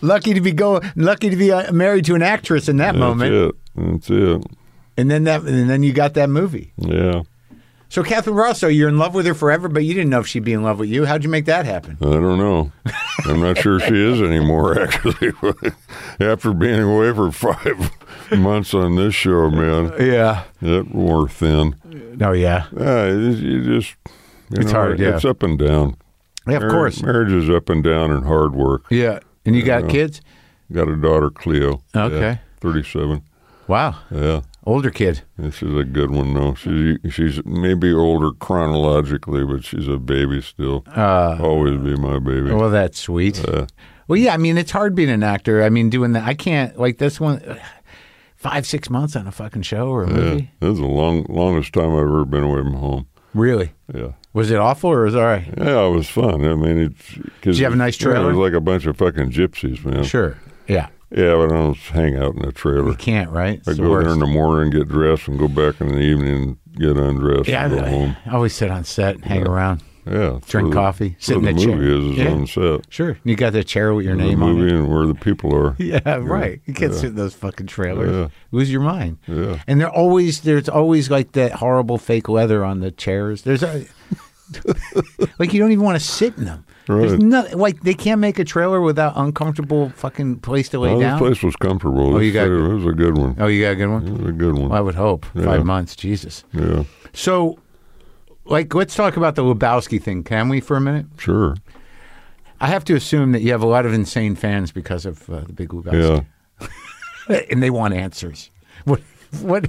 [SPEAKER 3] Lucky to be go. Lucky to be uh, married to an actress in that
[SPEAKER 2] That's
[SPEAKER 3] moment.
[SPEAKER 2] it. That's it.
[SPEAKER 3] And then that. And then you got that movie.
[SPEAKER 2] Yeah.
[SPEAKER 3] So Catherine Russo, you're in love with her forever, but you didn't know if she'd be in love with you. How'd you make that happen?
[SPEAKER 2] I don't know. I'm not sure she is anymore. Actually, after being away for five months on this show, man,
[SPEAKER 1] Yeah.
[SPEAKER 2] that wore thin.
[SPEAKER 3] Oh,
[SPEAKER 1] No. Yeah.
[SPEAKER 2] Uh, you just you
[SPEAKER 1] It's
[SPEAKER 2] know,
[SPEAKER 1] hard, yeah.
[SPEAKER 2] It's up and down.
[SPEAKER 3] Yeah, of
[SPEAKER 2] Mar-
[SPEAKER 3] course.
[SPEAKER 2] marriage is up and down and hard work.
[SPEAKER 1] Yeah. And you got kids?
[SPEAKER 2] Got a daughter, Cleo.
[SPEAKER 1] Okay.
[SPEAKER 2] Yeah, 37.
[SPEAKER 1] Wow.
[SPEAKER 2] Yeah.
[SPEAKER 1] Older kid.
[SPEAKER 2] This is a good one, though. She's, she's maybe older chronologically, but she's a baby still. Always be my baby.
[SPEAKER 1] Uh, Well, Oh, that's sweet.
[SPEAKER 2] Uh,
[SPEAKER 1] well, yeah. I mean, it's hard being an actor. I mean, doing that. I can't like this one. Five, six months on a fucking show or a movie.
[SPEAKER 2] yeah. This is the long, longest time I've ever been away from home.
[SPEAKER 1] Really?
[SPEAKER 2] Yeah.
[SPEAKER 1] Was it awful or was it all right?
[SPEAKER 2] Yeah, it was fun. I mean, it's. Cause,
[SPEAKER 1] Did you have a nice
[SPEAKER 2] yeah,
[SPEAKER 1] trailer?
[SPEAKER 2] it was like a bunch of fucking gypsies, man.
[SPEAKER 1] Sure. Yeah.
[SPEAKER 2] Yeah, but I don't hang out in a trailer.
[SPEAKER 1] You can't, right? It's
[SPEAKER 2] I
[SPEAKER 1] the
[SPEAKER 2] go there
[SPEAKER 1] worst.
[SPEAKER 2] in the morning, get dressed, and go back in the evening, and get undressed,
[SPEAKER 1] yeah,
[SPEAKER 2] and go home.
[SPEAKER 1] I, I always sit on set, hang around.
[SPEAKER 2] Yeah,
[SPEAKER 1] Drink coffee, sit
[SPEAKER 2] Sitting
[SPEAKER 1] in
[SPEAKER 2] the
[SPEAKER 1] a chair.
[SPEAKER 2] movie is is
[SPEAKER 1] Yeah.
[SPEAKER 2] on set.
[SPEAKER 1] Sure. You got the chair with your
[SPEAKER 2] the
[SPEAKER 1] name on
[SPEAKER 2] movie
[SPEAKER 1] it.
[SPEAKER 2] and where the people are.
[SPEAKER 1] Yeah, right. You can't sit in those fucking trailers.
[SPEAKER 2] Yeah.
[SPEAKER 1] Lose your mind.
[SPEAKER 2] Yeah.
[SPEAKER 1] And they're always there's always like that horrible fake leather on the chairs. There's a, like you don't even want to sit in them. There's
[SPEAKER 2] Right.
[SPEAKER 1] nothing like they can't make a trailer without uncomfortable fucking place to lay
[SPEAKER 2] Oh, this
[SPEAKER 1] down.
[SPEAKER 2] place was comfortable.
[SPEAKER 1] Oh,
[SPEAKER 2] This
[SPEAKER 1] you got-
[SPEAKER 2] theater- it was a good one.
[SPEAKER 1] Oh, you got a good one.
[SPEAKER 2] It was a good one.
[SPEAKER 1] Well, I would hope
[SPEAKER 2] Yeah.
[SPEAKER 1] five months. Jesus.
[SPEAKER 2] yeah,
[SPEAKER 1] So, like, let's talk about the Lebowski thing, can we, for a minute?
[SPEAKER 2] sure.
[SPEAKER 1] I have to assume that you have a lot of insane fans because of uh, the Big
[SPEAKER 2] Yeah,
[SPEAKER 1] Lebowski, and they want answers. What, what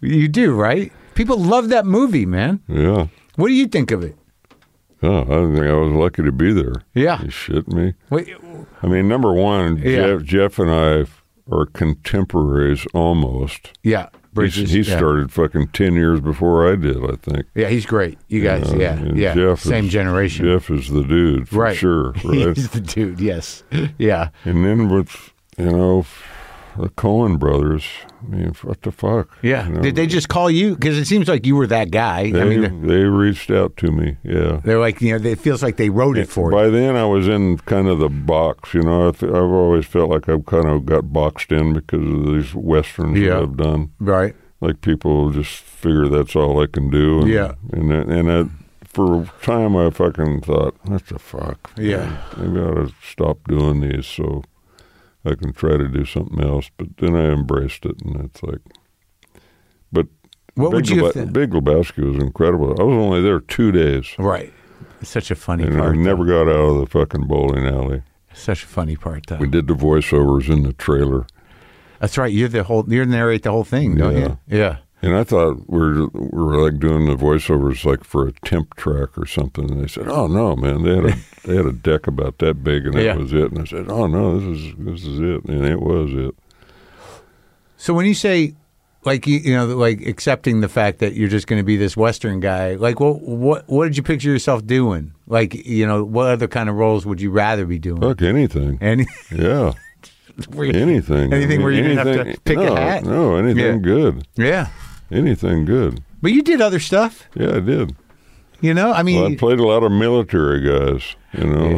[SPEAKER 1] you do, right? People love that movie, man.
[SPEAKER 2] yeah.
[SPEAKER 1] What do you think of it?
[SPEAKER 2] Oh, I didn't think I was lucky to be there.
[SPEAKER 1] Yeah.
[SPEAKER 2] you shit me.
[SPEAKER 1] What,
[SPEAKER 2] I mean, number one,
[SPEAKER 1] Yeah.
[SPEAKER 2] Jeff, Jeff and I are contemporaries almost.
[SPEAKER 1] yeah,
[SPEAKER 2] He's-
[SPEAKER 1] Bridges.
[SPEAKER 2] he
[SPEAKER 1] yeah.
[SPEAKER 2] started fucking ten years before I did. I think.
[SPEAKER 1] Yeah, he's great. You guys,
[SPEAKER 2] Uh,
[SPEAKER 1] yeah,
[SPEAKER 2] and
[SPEAKER 1] yeah,
[SPEAKER 2] Jeff
[SPEAKER 1] same
[SPEAKER 2] is-
[SPEAKER 1] generation,
[SPEAKER 2] Jeff is the dude for
[SPEAKER 1] right?
[SPEAKER 2] sure. Right.
[SPEAKER 1] he's the dude. Yes, yeah,
[SPEAKER 2] and then with you know the Cohen brothers. I mean, what the fuck?
[SPEAKER 1] yeah.
[SPEAKER 2] You know,
[SPEAKER 1] Did they just call you? Because it seems like you were that guy.
[SPEAKER 2] They,
[SPEAKER 1] I mean, they're,
[SPEAKER 2] they reached out to me. Yeah.
[SPEAKER 1] they're like, you know, it feels like they wrote it for you.
[SPEAKER 2] By then, I was in kind of the box. You know, I th- I've always felt like I've kind of got boxed in because of these westerns
[SPEAKER 1] Yeah.
[SPEAKER 2] that I've done.
[SPEAKER 1] Right.
[SPEAKER 2] Like people just figure that's all I can do. And,
[SPEAKER 1] Yeah.
[SPEAKER 2] And that, and that, for a time, I fucking thought, what the fuck?
[SPEAKER 1] Yeah.
[SPEAKER 2] Maybe I ought to stop doing these so I can try to do something else. But then I embraced it, and it's like, but.
[SPEAKER 1] What
[SPEAKER 2] Big
[SPEAKER 1] would you have
[SPEAKER 2] Leba-
[SPEAKER 1] th-
[SPEAKER 2] Big Lebowski was incredible. I was only there two days.
[SPEAKER 1] Right. It's such a funny
[SPEAKER 2] And I
[SPEAKER 1] part.
[SPEAKER 2] never got out of the fucking bowling alley.
[SPEAKER 1] Such a funny part, though.
[SPEAKER 2] We did the voiceovers in the trailer,
[SPEAKER 1] That's right. You're the whole. You narrate the whole thing, don't you? Yeah.
[SPEAKER 2] and I thought we were, we were like doing the voiceovers like for a temp track or something. And they said, "Oh no, man! They had a they had a deck about that big, and that
[SPEAKER 1] Yeah.
[SPEAKER 2] was it." And I said, "Oh no, this is this is it," and it was it.
[SPEAKER 1] So when you say, like you, you know, like accepting the fact that you're just going to be this Western guy, like what what what did you picture yourself doing? Like you know, what other kind of roles would you rather be doing?
[SPEAKER 2] Fuck anything,
[SPEAKER 1] Any
[SPEAKER 2] yeah, anything,
[SPEAKER 1] Anything where you didn't have to pick a
[SPEAKER 2] no,
[SPEAKER 1] hat?
[SPEAKER 2] No, anything
[SPEAKER 1] Yeah.
[SPEAKER 2] good,
[SPEAKER 1] yeah.
[SPEAKER 2] anything good.
[SPEAKER 1] But you did other stuff.
[SPEAKER 2] Yeah, I did.
[SPEAKER 1] You know, I mean,
[SPEAKER 2] Well, I played a lot of military guys, you know,
[SPEAKER 1] Yeah.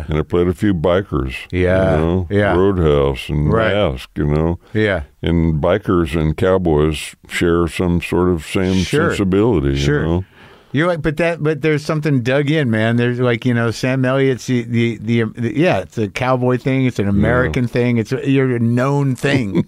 [SPEAKER 2] and, and I played a few bikers,
[SPEAKER 1] Yeah,
[SPEAKER 2] you know,
[SPEAKER 1] yeah.
[SPEAKER 2] Roadhouse and
[SPEAKER 1] Right.
[SPEAKER 2] Mask, you know,
[SPEAKER 1] yeah,
[SPEAKER 2] and bikers and cowboys share some sort of same
[SPEAKER 1] Sure.
[SPEAKER 2] sensibility,
[SPEAKER 1] sure.
[SPEAKER 2] you know.
[SPEAKER 1] You're like, but that, but there's something dug in, man. There's like, you know, Sam Elliott's the, the, the, the yeah, it's a cowboy thing. It's an American thing. It's you're a known thing,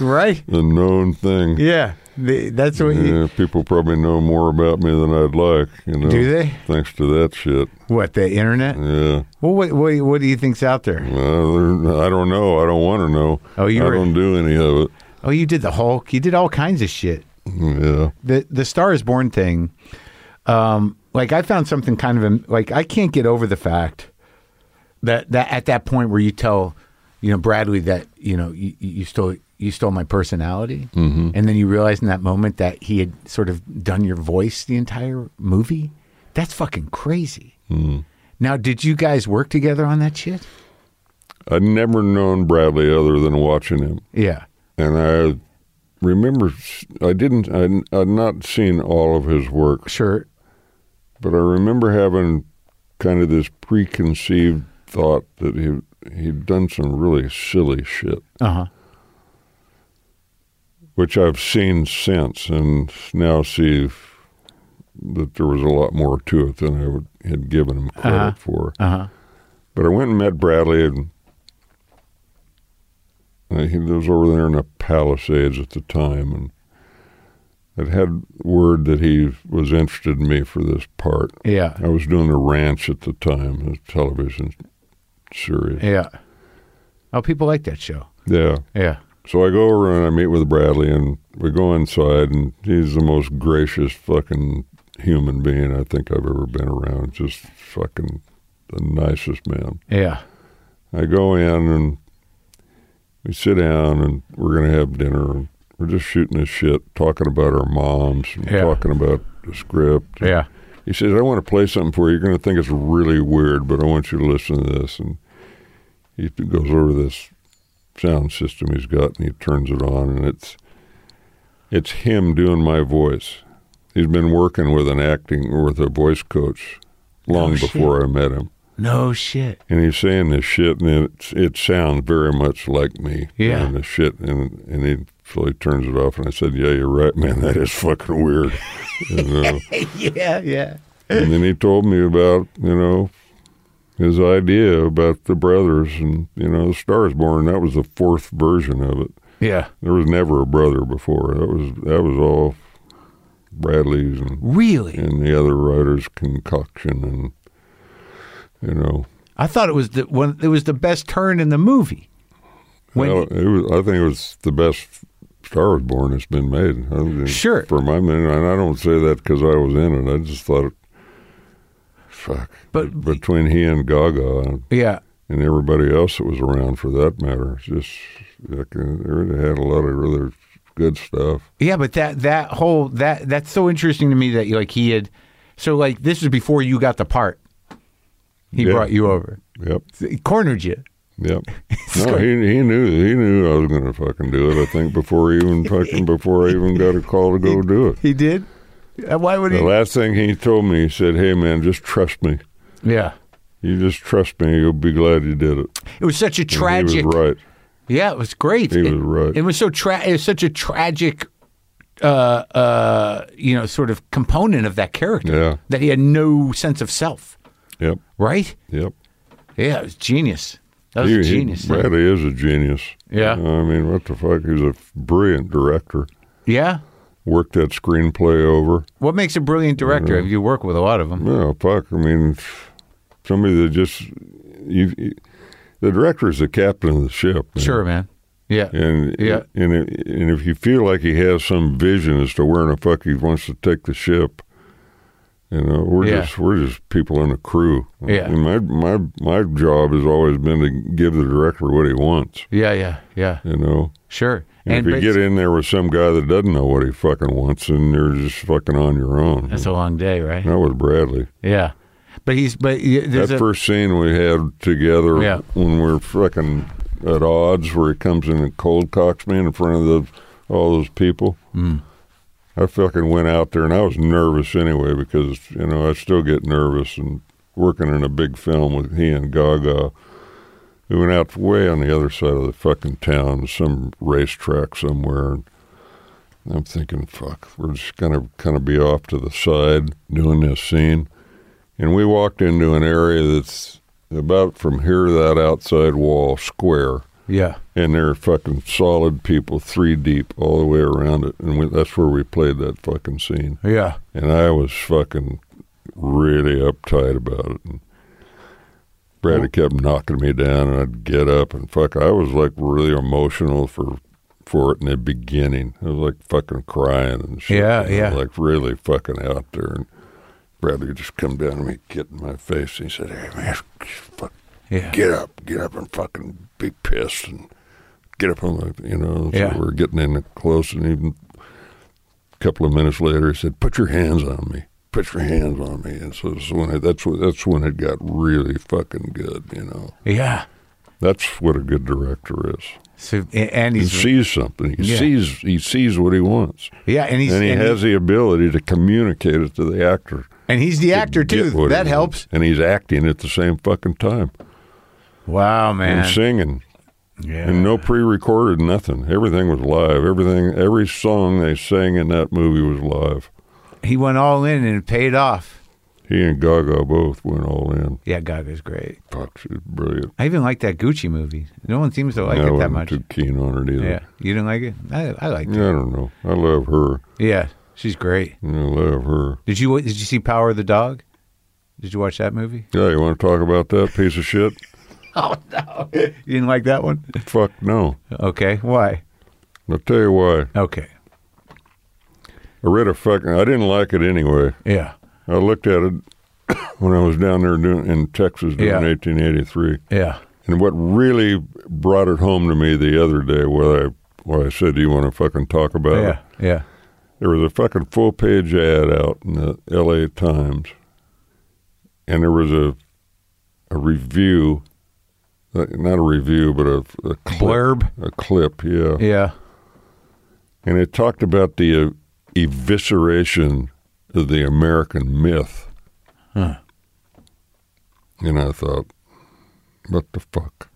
[SPEAKER 1] right?
[SPEAKER 2] The known thing.
[SPEAKER 1] Yeah, the, that's what you.
[SPEAKER 2] Yeah, people probably know more about me than I'd like, you know.
[SPEAKER 1] Do they?
[SPEAKER 2] Thanks to that shit.
[SPEAKER 1] What the internet?
[SPEAKER 2] Yeah.
[SPEAKER 1] Well, what, what what do you think's out there?
[SPEAKER 2] Well, there- I don't know. I don't want to know.
[SPEAKER 1] Oh, you
[SPEAKER 2] I
[SPEAKER 1] were-
[SPEAKER 2] don't do any of it.
[SPEAKER 1] Oh, you did the Hulk. You did all kinds of shit.
[SPEAKER 2] Yeah.
[SPEAKER 1] the the Star is Born thing, um, like I found something kind of like I can't get over the fact that that at that point where you tell, you know, Bradley that you know you, you stole you stole my personality, and then you realize in that moment that he had sort of done your voice the entire movie. That's fucking crazy. Now, did you guys work together on that shit?
[SPEAKER 2] I'd never known Bradley other than watching him.
[SPEAKER 1] Yeah.
[SPEAKER 2] and I remember s- I didn't I, I'd not seen all of his work,
[SPEAKER 1] Sure.
[SPEAKER 2] but I remember having kind of this preconceived thought that he he'd done some really silly shit,
[SPEAKER 1] Uh huh.
[SPEAKER 2] which I've seen since and now see f- that there was a lot more to it than I would, had given him credit
[SPEAKER 1] Uh-huh.
[SPEAKER 2] for.
[SPEAKER 1] Uh huh.
[SPEAKER 2] But I went and met Bradley, and uh, he lives over there in the Palisades at the time, and I'd had word that he was interested in me for this part.
[SPEAKER 1] Yeah.
[SPEAKER 2] I was doing the ranch at the time, the television series. Yeah.
[SPEAKER 1] Yeah. Oh, people like that show. Yeah.
[SPEAKER 2] So I go over and I meet with Bradley, and we go inside, and he's the most gracious fucking human being I think I've ever been around. Just fucking the nicest man.
[SPEAKER 1] Yeah.
[SPEAKER 2] I go in and we sit down and we're going to have dinner. We're just shooting this shit, talking about our moms, and
[SPEAKER 1] Yeah.
[SPEAKER 2] talking about the script.
[SPEAKER 1] Yeah.
[SPEAKER 2] He says, I want to play something for you. You're going to think it's really weird, but I want you to listen to this. And he goes over this sound system he's got and he turns it on and it's it's him doing my voice. He's been working with an acting with a voice coach long
[SPEAKER 1] Oh, shit.
[SPEAKER 2] before I met him
[SPEAKER 1] No shit.
[SPEAKER 2] and he's saying this shit, and it it sounds very much like me.
[SPEAKER 1] Yeah.
[SPEAKER 2] And this shit, and and he so he turns it off, and I said, "Yeah, you're right, man. That is fucking weird." uh, you know?
[SPEAKER 1] yeah, yeah.
[SPEAKER 2] And then he told me about you know his idea about the brothers, and you know, the Star is Born. That was the fourth version of it.
[SPEAKER 1] Yeah.
[SPEAKER 2] There was never a brother before. That was that was all Bradley's and
[SPEAKER 1] Really?
[SPEAKER 2] and the other writers' concoction, and you know.
[SPEAKER 1] I thought it was the one it was the best turn in the movie. When
[SPEAKER 2] Well, it was, I think it was the best Star Wars Born that's been made. I mean,
[SPEAKER 1] Sure.
[SPEAKER 2] For my minute, and I don't say that because I was in it. I just thought, fuck.
[SPEAKER 1] But-
[SPEAKER 2] between he and Gaga
[SPEAKER 1] Yeah.
[SPEAKER 2] and everybody else that was around for that matter, it's just like, they really had a lot of really good stuff.
[SPEAKER 1] Yeah, but that that whole that that's so interesting to me that like he had so like this was before you got the part. He
[SPEAKER 2] Yeah.
[SPEAKER 1] brought you over.
[SPEAKER 2] Yep,
[SPEAKER 1] He cornered you.
[SPEAKER 2] yep. no, he he knew he knew I was going to fucking do it. I think before he even fucking before I even got a call to go do it.
[SPEAKER 1] He did? Uh, Why would
[SPEAKER 2] The
[SPEAKER 1] he
[SPEAKER 2] last thing he told me, he said, "Hey man, just trust me."
[SPEAKER 1] Yeah.
[SPEAKER 2] You just trust me, you'll be glad you did it.
[SPEAKER 1] It was such a
[SPEAKER 2] And
[SPEAKER 1] tragic
[SPEAKER 2] He was right.
[SPEAKER 1] Yeah, it was great.
[SPEAKER 2] He
[SPEAKER 1] it,
[SPEAKER 2] was right.
[SPEAKER 1] It was so tra- it was such a tragic uh uh you know sort of component of that character
[SPEAKER 2] Yeah.
[SPEAKER 1] that he had no sense of self,
[SPEAKER 2] Yep.
[SPEAKER 1] right?
[SPEAKER 2] Yep.
[SPEAKER 1] Yeah, it was genius. That was
[SPEAKER 2] He-
[SPEAKER 1] a
[SPEAKER 2] he-
[SPEAKER 1] genius. thing.
[SPEAKER 2] Bradley is a genius.
[SPEAKER 1] Yeah.
[SPEAKER 2] I mean, what the fuck? He's a brilliant director.
[SPEAKER 1] yeah.
[SPEAKER 2] Worked that screenplay over.
[SPEAKER 1] What makes a brilliant director? You work with a lot of them.
[SPEAKER 2] No, fuck. I mean, somebody that just. You, you- the director is the captain of the ship. man.
[SPEAKER 1] Sure, man. Yeah.
[SPEAKER 2] And
[SPEAKER 1] Yeah.
[SPEAKER 2] and if- and if you feel like he has some vision as to where in the fuck he wants to take the ship, you know, we're
[SPEAKER 1] Yeah.
[SPEAKER 2] just we're just people in a crew.
[SPEAKER 1] Yeah.
[SPEAKER 2] And my my my job has always been to give the director what he wants.
[SPEAKER 1] Yeah, yeah, yeah.
[SPEAKER 2] You know,
[SPEAKER 1] Sure.
[SPEAKER 2] and, if
[SPEAKER 1] but
[SPEAKER 2] you get in there with some guy that doesn't know what he fucking wants, then you're just fucking on your own.
[SPEAKER 1] that's a long day, right?
[SPEAKER 2] that was Bradley.
[SPEAKER 1] Yeah. But he's but y- there's
[SPEAKER 2] that
[SPEAKER 1] a,
[SPEAKER 2] first scene we had together
[SPEAKER 1] Yeah.
[SPEAKER 2] when we are fucking at odds, where he comes in and cold cocks me in front of the, all those people. I fucking went out there, and I was nervous anyway because you know I still get nervous. And working in a big film with he and Gaga, we went out way on the other side of the fucking town, some racetrack somewhere. And I'm thinking, fuck, we're just gonna kind of be off to the side doing this scene. And we walked into an area that's about from here to that outside wall square
[SPEAKER 4] Yeah.
[SPEAKER 2] and they're fucking solid people, three deep, all the way around it. And we, that's where we played that fucking scene.
[SPEAKER 4] Yeah.
[SPEAKER 2] And I was fucking really uptight about it. And Brady kept knocking me down, and I'd get up and fuck. I was like really emotional for for it in the beginning. I was like fucking crying and shit.
[SPEAKER 4] Yeah,
[SPEAKER 2] you know,
[SPEAKER 4] yeah.
[SPEAKER 2] Like really fucking out there. And Bradley would just come down to me, get in my face, and he said, "Hey man, fuck,
[SPEAKER 4] Yeah.
[SPEAKER 2] get up, get up and fucking be pissed and get up on the, you know, so
[SPEAKER 4] Yeah.
[SPEAKER 2] we're getting in close and even a couple of minutes later he said, put your hands on me, put your hands on me. And so, that's when it, that's, when, that's when it got really fucking good, you know.
[SPEAKER 4] Yeah.
[SPEAKER 2] That's what a good director is.
[SPEAKER 4] So a- and
[SPEAKER 2] He
[SPEAKER 4] he's
[SPEAKER 2] sees something. He
[SPEAKER 4] Yeah.
[SPEAKER 2] sees he sees what he wants,
[SPEAKER 4] yeah, and he's
[SPEAKER 2] and he has the ability to communicate it to the actor.
[SPEAKER 4] and he's the
[SPEAKER 2] to
[SPEAKER 4] actor
[SPEAKER 2] get
[SPEAKER 4] too.
[SPEAKER 2] what he
[SPEAKER 4] That helps.
[SPEAKER 2] wants. And he's acting at the same fucking time
[SPEAKER 4] Wow, man.
[SPEAKER 2] and singing.
[SPEAKER 4] Yeah.
[SPEAKER 2] And no pre-recorded, nothing. Everything was live. Everything, every song they sang in that movie was live.
[SPEAKER 4] He went all in and it paid off.
[SPEAKER 2] He and Gaga both went all in.
[SPEAKER 4] Yeah, God is great.
[SPEAKER 2] Fuck, she's brilliant.
[SPEAKER 4] I even like that Gucci movie. No one seems to like
[SPEAKER 2] I
[SPEAKER 4] it that
[SPEAKER 2] wasn't
[SPEAKER 4] much.
[SPEAKER 2] too keen on it either.
[SPEAKER 4] Yeah, you didn't like it. I, I liked it.
[SPEAKER 2] I don't know. I love her.
[SPEAKER 4] Yeah, she's great.
[SPEAKER 2] I love her.
[SPEAKER 4] Did you did you see Power of the Dog? Did you watch that movie?
[SPEAKER 2] Yeah, you want to talk about that piece of shit?
[SPEAKER 4] Oh no, you didn't like that one.
[SPEAKER 2] Fuck no.
[SPEAKER 4] Okay, why?
[SPEAKER 2] I'll tell you why.
[SPEAKER 4] Okay,
[SPEAKER 2] I read a fucking. I didn't like it anyway.
[SPEAKER 4] yeah,
[SPEAKER 2] I looked at it when I was down there doing in Texas doing
[SPEAKER 4] Yeah.
[SPEAKER 2] 1883.
[SPEAKER 4] yeah,
[SPEAKER 2] And what really brought it home to me the other day, where I where I said, "Do you want to fucking talk about
[SPEAKER 4] yeah,
[SPEAKER 2] it?"
[SPEAKER 4] yeah.
[SPEAKER 2] There was a fucking full page ad out in the L.A. Times, and there was a a review, uh, not a review, but a, a clip,
[SPEAKER 4] Blurb.
[SPEAKER 2] a clip, yeah.
[SPEAKER 4] Yeah,
[SPEAKER 2] And it talked about the uh, evisceration of the American myth.
[SPEAKER 4] Huh.
[SPEAKER 2] And I thought, what the fuck?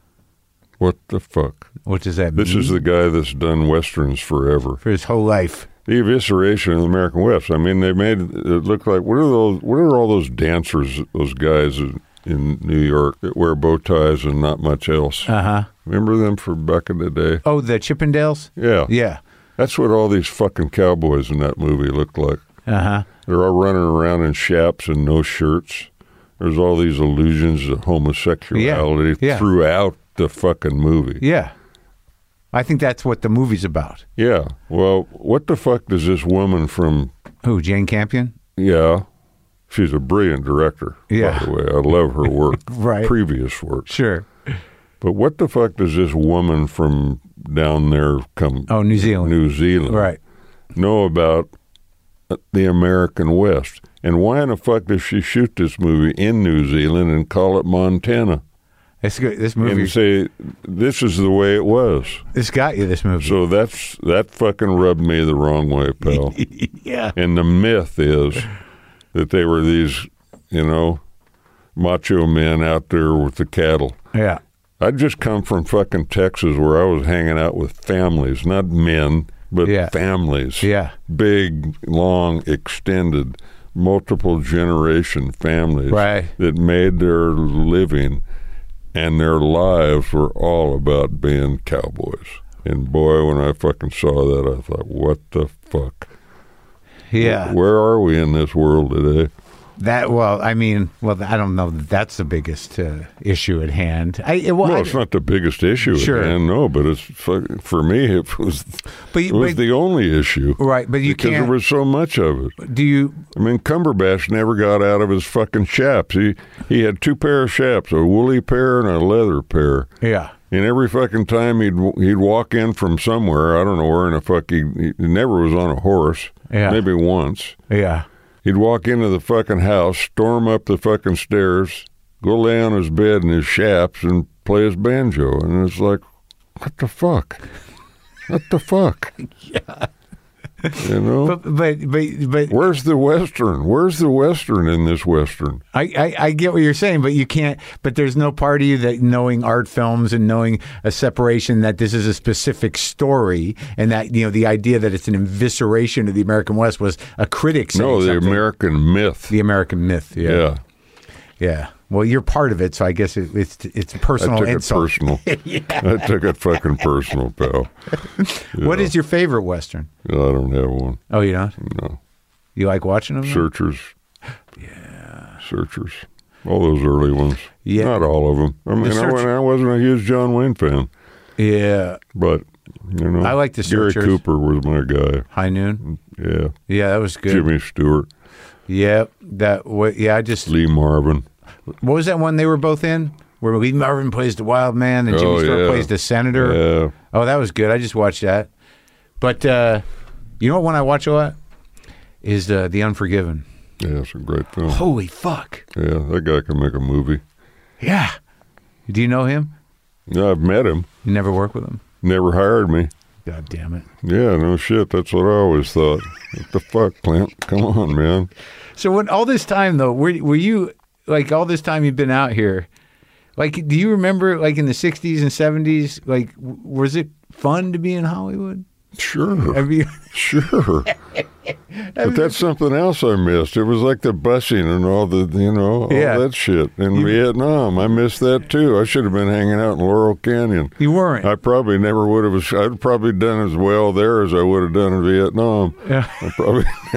[SPEAKER 2] What the fuck?
[SPEAKER 4] what does that mean?
[SPEAKER 2] This is the guy that's done westerns forever.
[SPEAKER 4] for his whole life.
[SPEAKER 2] The evisceration of the American West. I mean, they made it look like what are those? What are all those dancers? Those guys in, in New York that wear bow ties and not much else.
[SPEAKER 4] Uh huh.
[SPEAKER 2] Remember them from back in the day?
[SPEAKER 4] Oh, the Chippendales.
[SPEAKER 2] Yeah,
[SPEAKER 4] Yeah.
[SPEAKER 2] That's what all these fucking cowboys in that movie look like.
[SPEAKER 4] Uh huh.
[SPEAKER 2] They're all running around in chaps and no shirts. There's all these allusions to homosexuality
[SPEAKER 4] Yeah, yeah.
[SPEAKER 2] throughout the fucking movie.
[SPEAKER 4] Yeah. I think that's what the movie's about.
[SPEAKER 2] Yeah. Well, what the fuck does this woman from
[SPEAKER 4] Who? Jane Campion.
[SPEAKER 2] Yeah. She's a brilliant director,
[SPEAKER 4] Yeah.
[SPEAKER 2] by the way. I love her work,
[SPEAKER 4] Right.
[SPEAKER 2] previous work.
[SPEAKER 4] Sure.
[SPEAKER 2] But what the fuck does this woman from down there come
[SPEAKER 4] Oh, New Zealand.
[SPEAKER 2] New Zealand
[SPEAKER 4] Right.
[SPEAKER 2] know about uh, the American West? And why in the fuck does she shoot this movie in New Zealand and call it Montana?
[SPEAKER 4] It's good. This movie.
[SPEAKER 2] And say this is the way it was.
[SPEAKER 4] This got you. This movie.
[SPEAKER 2] So that's that fucking rubbed me the wrong way, pal.
[SPEAKER 4] yeah.
[SPEAKER 2] And the myth is that they were these, you know, macho men out there with the cattle.
[SPEAKER 4] Yeah.
[SPEAKER 2] I'd just come from fucking Texas where I was hanging out with families, not men, but
[SPEAKER 4] Yeah.
[SPEAKER 2] families.
[SPEAKER 4] Yeah.
[SPEAKER 2] Big, long, extended, multiple generation families
[SPEAKER 4] Right.
[SPEAKER 2] that made their living and their lives were all about being cowboys. And boy, when I fucking saw that, I thought, what the fuck?
[SPEAKER 4] Yeah.
[SPEAKER 2] Where are we in this world today?
[SPEAKER 4] That well, I mean, well, I don't know that that's the biggest uh, issue at hand. I it- well,
[SPEAKER 2] Well,
[SPEAKER 4] I-
[SPEAKER 2] it's not the biggest issue,
[SPEAKER 4] Sure.
[SPEAKER 2] man, no, but it's fu- for me it was
[SPEAKER 4] But-
[SPEAKER 2] it was
[SPEAKER 4] but-
[SPEAKER 2] the only issue,
[SPEAKER 4] right, but you
[SPEAKER 2] Because
[SPEAKER 4] can't.
[SPEAKER 2] there was so much of it.
[SPEAKER 4] do you?
[SPEAKER 2] I mean, Cumberbatch never got out of his fucking chaps. He he had two pair of chaps, a woolly pair and a leather pair.
[SPEAKER 4] Yeah,
[SPEAKER 2] And every fucking time he'd he'd walk in from somewhere, I don't know where in the fuck he, he never was on a horse.
[SPEAKER 4] Yeah.
[SPEAKER 2] Maybe once.
[SPEAKER 4] yeah,
[SPEAKER 2] He'd walk into the fucking house, storm up the fucking stairs, go lay on his bed in his chaps and play his banjo. And it's like, what the fuck? What the fuck? yeah. You know,
[SPEAKER 1] But but but, but
[SPEAKER 2] where's the western? Where's the western in this western?
[SPEAKER 1] I, I, I get what you're saying, but you can't. But there's no part of you that knowing art films and knowing a separation that this is a specific story, and that you know the idea that it's an evisceration of the American West was a critic. Saying
[SPEAKER 2] No, the
[SPEAKER 1] something.
[SPEAKER 2] American myth.
[SPEAKER 1] the American myth. Yeah. yeah,
[SPEAKER 2] yeah,
[SPEAKER 1] Well, you're part of it, so I guess it, it's it's a personal
[SPEAKER 2] I took
[SPEAKER 1] insult.
[SPEAKER 2] it personal. I took it fucking personal, pal.
[SPEAKER 1] What is your favorite Western?
[SPEAKER 2] I don't have one.
[SPEAKER 1] Oh, you don't?
[SPEAKER 2] No,
[SPEAKER 1] You like watching them? though?
[SPEAKER 2] Mm-hmm. searchers. Yeah, searchers. All those early ones.
[SPEAKER 1] Yeah.
[SPEAKER 2] not all of them. I mean, I,
[SPEAKER 1] Search-
[SPEAKER 2] wa- I wasn't a huge John Wayne fan,
[SPEAKER 1] Yeah.
[SPEAKER 2] but you know,
[SPEAKER 1] I like the
[SPEAKER 2] Gary
[SPEAKER 1] Searchers.
[SPEAKER 2] Cooper was my guy.
[SPEAKER 1] High Noon.
[SPEAKER 2] Yeah,
[SPEAKER 1] Yeah, that was good.
[SPEAKER 2] Mm. Jimmy Stewart,
[SPEAKER 1] Yep. That. What, yeah, I just
[SPEAKER 2] Lee Marvin.
[SPEAKER 1] What was that one they were both in? Where Lee Marvin plays the wild man and Jimmy
[SPEAKER 2] Oh,
[SPEAKER 1] Stewart
[SPEAKER 2] yeah.
[SPEAKER 1] plays the senator.
[SPEAKER 2] Yeah,
[SPEAKER 1] Oh, that was good. I just watched that. But uh, you know what one I watch a lot is uh, The Unforgiven.
[SPEAKER 2] yeah, it's a great film.
[SPEAKER 1] Holy fuck!
[SPEAKER 2] Yeah, that guy can make a movie.
[SPEAKER 1] Yeah. Do you know him?
[SPEAKER 2] Yeah, I've met him.
[SPEAKER 1] You never work with him.
[SPEAKER 2] Never hired me.
[SPEAKER 1] God damn it!
[SPEAKER 2] Yeah, no shit. That's what I always thought. what the fuck, Clint? Come on, man.
[SPEAKER 1] So when all this time though, were were you like all this time you've been out here? Like, do you remember like in the '60s and '70s? Like, w- was it fun to be in Hollywood? I
[SPEAKER 2] Sure,
[SPEAKER 1] mean,
[SPEAKER 2] sure. But that's something else I missed. It was like the busing and all the, you know, all
[SPEAKER 1] Yeah.
[SPEAKER 2] that shit in Vietnam. I missed that too. I should have been hanging out in Laurel Canyon.
[SPEAKER 1] you weren't.
[SPEAKER 2] I probably never would have. I'd probably done as well there as I would have done in Vietnam.
[SPEAKER 1] Yeah.
[SPEAKER 2] I probably,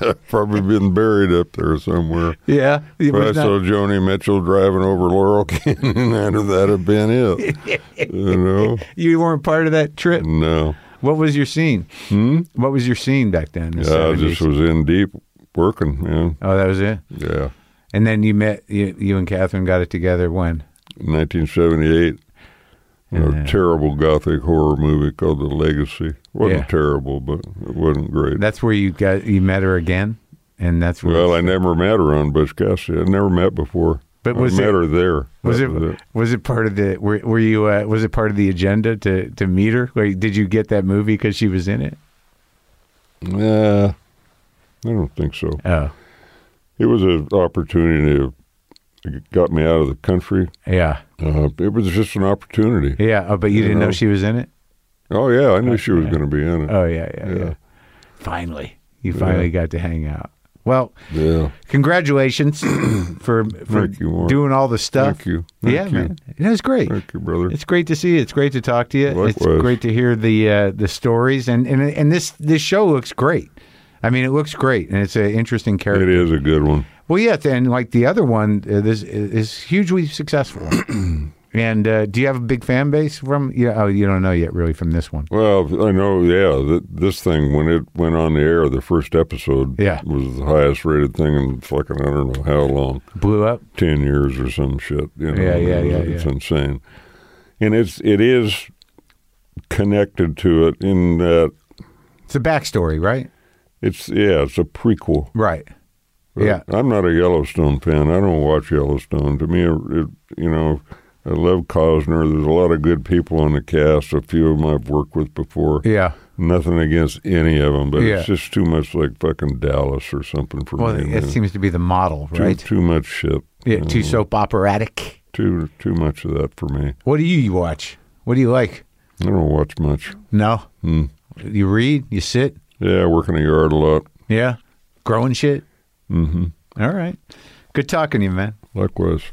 [SPEAKER 2] I'd probably been buried up there somewhere.
[SPEAKER 1] yeah, it
[SPEAKER 2] If I
[SPEAKER 1] was not-
[SPEAKER 2] saw Joni Mitchell driving over Laurel Canyon, that'd, that'd have been it. you know?
[SPEAKER 1] You weren't part of that trip.
[SPEAKER 2] No.
[SPEAKER 1] What was your scene? Hmm? What was your scene back then? in the
[SPEAKER 2] Yeah, I just
[SPEAKER 1] 70s?
[SPEAKER 2] was in deep working, man.
[SPEAKER 1] oh, that was it.
[SPEAKER 2] Yeah.
[SPEAKER 1] And then you met you, you and Catherine got it together when?
[SPEAKER 2] 1978.
[SPEAKER 1] Yeah.
[SPEAKER 2] A terrible gothic horror movie called The Legacy. wasn't
[SPEAKER 1] Yeah.
[SPEAKER 2] terrible, but it wasn't great.
[SPEAKER 1] That's where you got you met her again, and that's where.
[SPEAKER 2] well, I never met her on Butch Cassidy. I'd never met before.
[SPEAKER 1] But
[SPEAKER 2] I
[SPEAKER 1] was
[SPEAKER 2] met
[SPEAKER 1] it-
[SPEAKER 2] her there.
[SPEAKER 1] was
[SPEAKER 2] That
[SPEAKER 1] it was it part of the were, were you uh, was it part of the agenda to to meet her? Like, did you get that movie because she was in it?
[SPEAKER 2] Nah, Uh, I don't think so.
[SPEAKER 1] Oh,
[SPEAKER 2] It was an opportunity. It got me out of the country.
[SPEAKER 1] yeah,
[SPEAKER 2] Uh, it was just an opportunity.
[SPEAKER 1] yeah. Oh, but you,
[SPEAKER 2] You
[SPEAKER 1] didn't know.
[SPEAKER 2] know.
[SPEAKER 1] she was in it.
[SPEAKER 2] Oh yeah, I knew she was going to be in it.
[SPEAKER 1] Oh yeah, yeah, yeah.
[SPEAKER 2] Yeah.
[SPEAKER 1] Finally, you finally got to hang out. Well,
[SPEAKER 2] yeah,
[SPEAKER 1] congratulations for for
[SPEAKER 2] Thank you, Warren.
[SPEAKER 1] doing all the stuff.
[SPEAKER 2] Thank you. Thank
[SPEAKER 1] yeah,
[SPEAKER 2] you.
[SPEAKER 1] man, it was great.
[SPEAKER 2] thank you, brother.
[SPEAKER 1] It's great to see you. It's great to talk to you. It's
[SPEAKER 2] Likewise.
[SPEAKER 1] great to hear the uh, the stories and, and and this this show looks great. I mean, it looks great, and it's an interesting character.
[SPEAKER 2] It is a good one.
[SPEAKER 1] Well, yeah, and like the other one, uh, this is hugely successful. and uh, do you have a big fan base from? Yeah, oh, you don't know yet, really, from this one.
[SPEAKER 2] Well, I know. Yeah, th- this thing when it went on the air, the first episode,
[SPEAKER 1] Yeah.
[SPEAKER 2] was the highest rated thing in fucking I don't know how long,
[SPEAKER 1] Blew up.
[SPEAKER 2] ten years or some shit. You know,
[SPEAKER 1] Yeah, yeah, yeah,
[SPEAKER 2] It's
[SPEAKER 1] yeah.
[SPEAKER 2] insane, and it's it is connected to it in that
[SPEAKER 1] It's a backstory, right?
[SPEAKER 2] it's yeah, it's a prequel.
[SPEAKER 1] Right.
[SPEAKER 2] But
[SPEAKER 1] Yeah.
[SPEAKER 2] I'm not a Yellowstone fan. I don't watch Yellowstone. To me, it, it- you know, I love Cosner. There's a lot of good people on the cast. A few of them I've worked with before.
[SPEAKER 1] Yeah.
[SPEAKER 2] Nothing against any of them, but it's
[SPEAKER 1] Yeah.
[SPEAKER 2] just too much like fucking Dallas or something for
[SPEAKER 1] Well,
[SPEAKER 2] me.
[SPEAKER 1] it
[SPEAKER 2] man.
[SPEAKER 1] seems to be the model,
[SPEAKER 2] too,
[SPEAKER 1] right?
[SPEAKER 2] too much shit.
[SPEAKER 1] yeah, too soap operatic.
[SPEAKER 2] Too too much of that for me.
[SPEAKER 1] What do you watch? What do you like?
[SPEAKER 2] I don't watch much.
[SPEAKER 1] No. You read, you sit,
[SPEAKER 2] Yeah, I work in the yard a lot.
[SPEAKER 1] yeah, growing shit. Mm-hmm. All right. Good talking to you, man.
[SPEAKER 2] Likewise.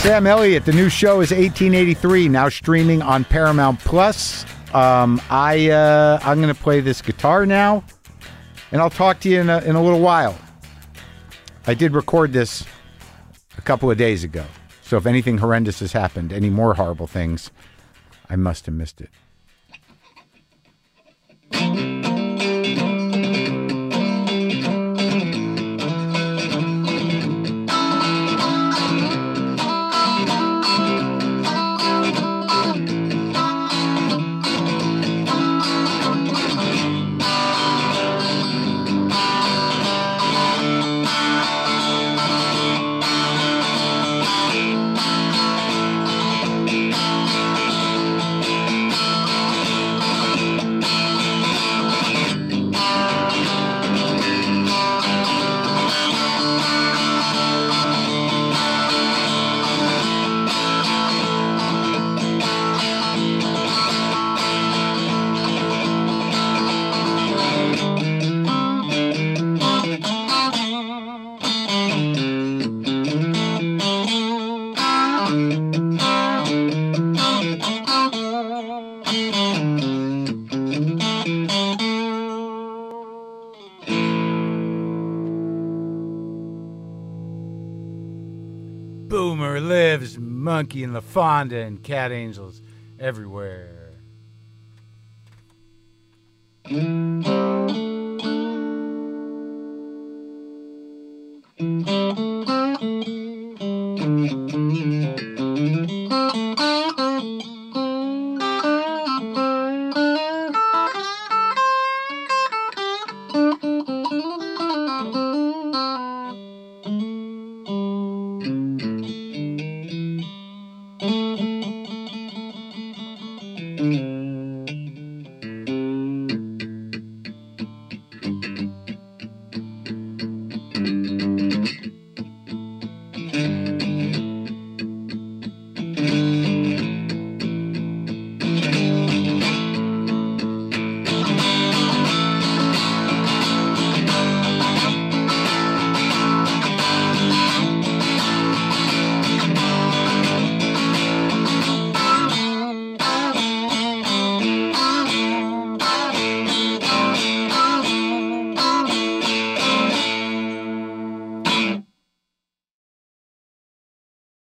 [SPEAKER 5] Sam Elliott, the new show is 1883, now streaming on Paramount Plus. Um, I uh, I'm gonna play this guitar now, and I'll talk to you in a, in a little while. I did record this a couple of days ago, so if anything horrendous has happened, any more horrible things, I must have missed it.
[SPEAKER 1] There lives Monkey and LaFonda and cat angels everywhere.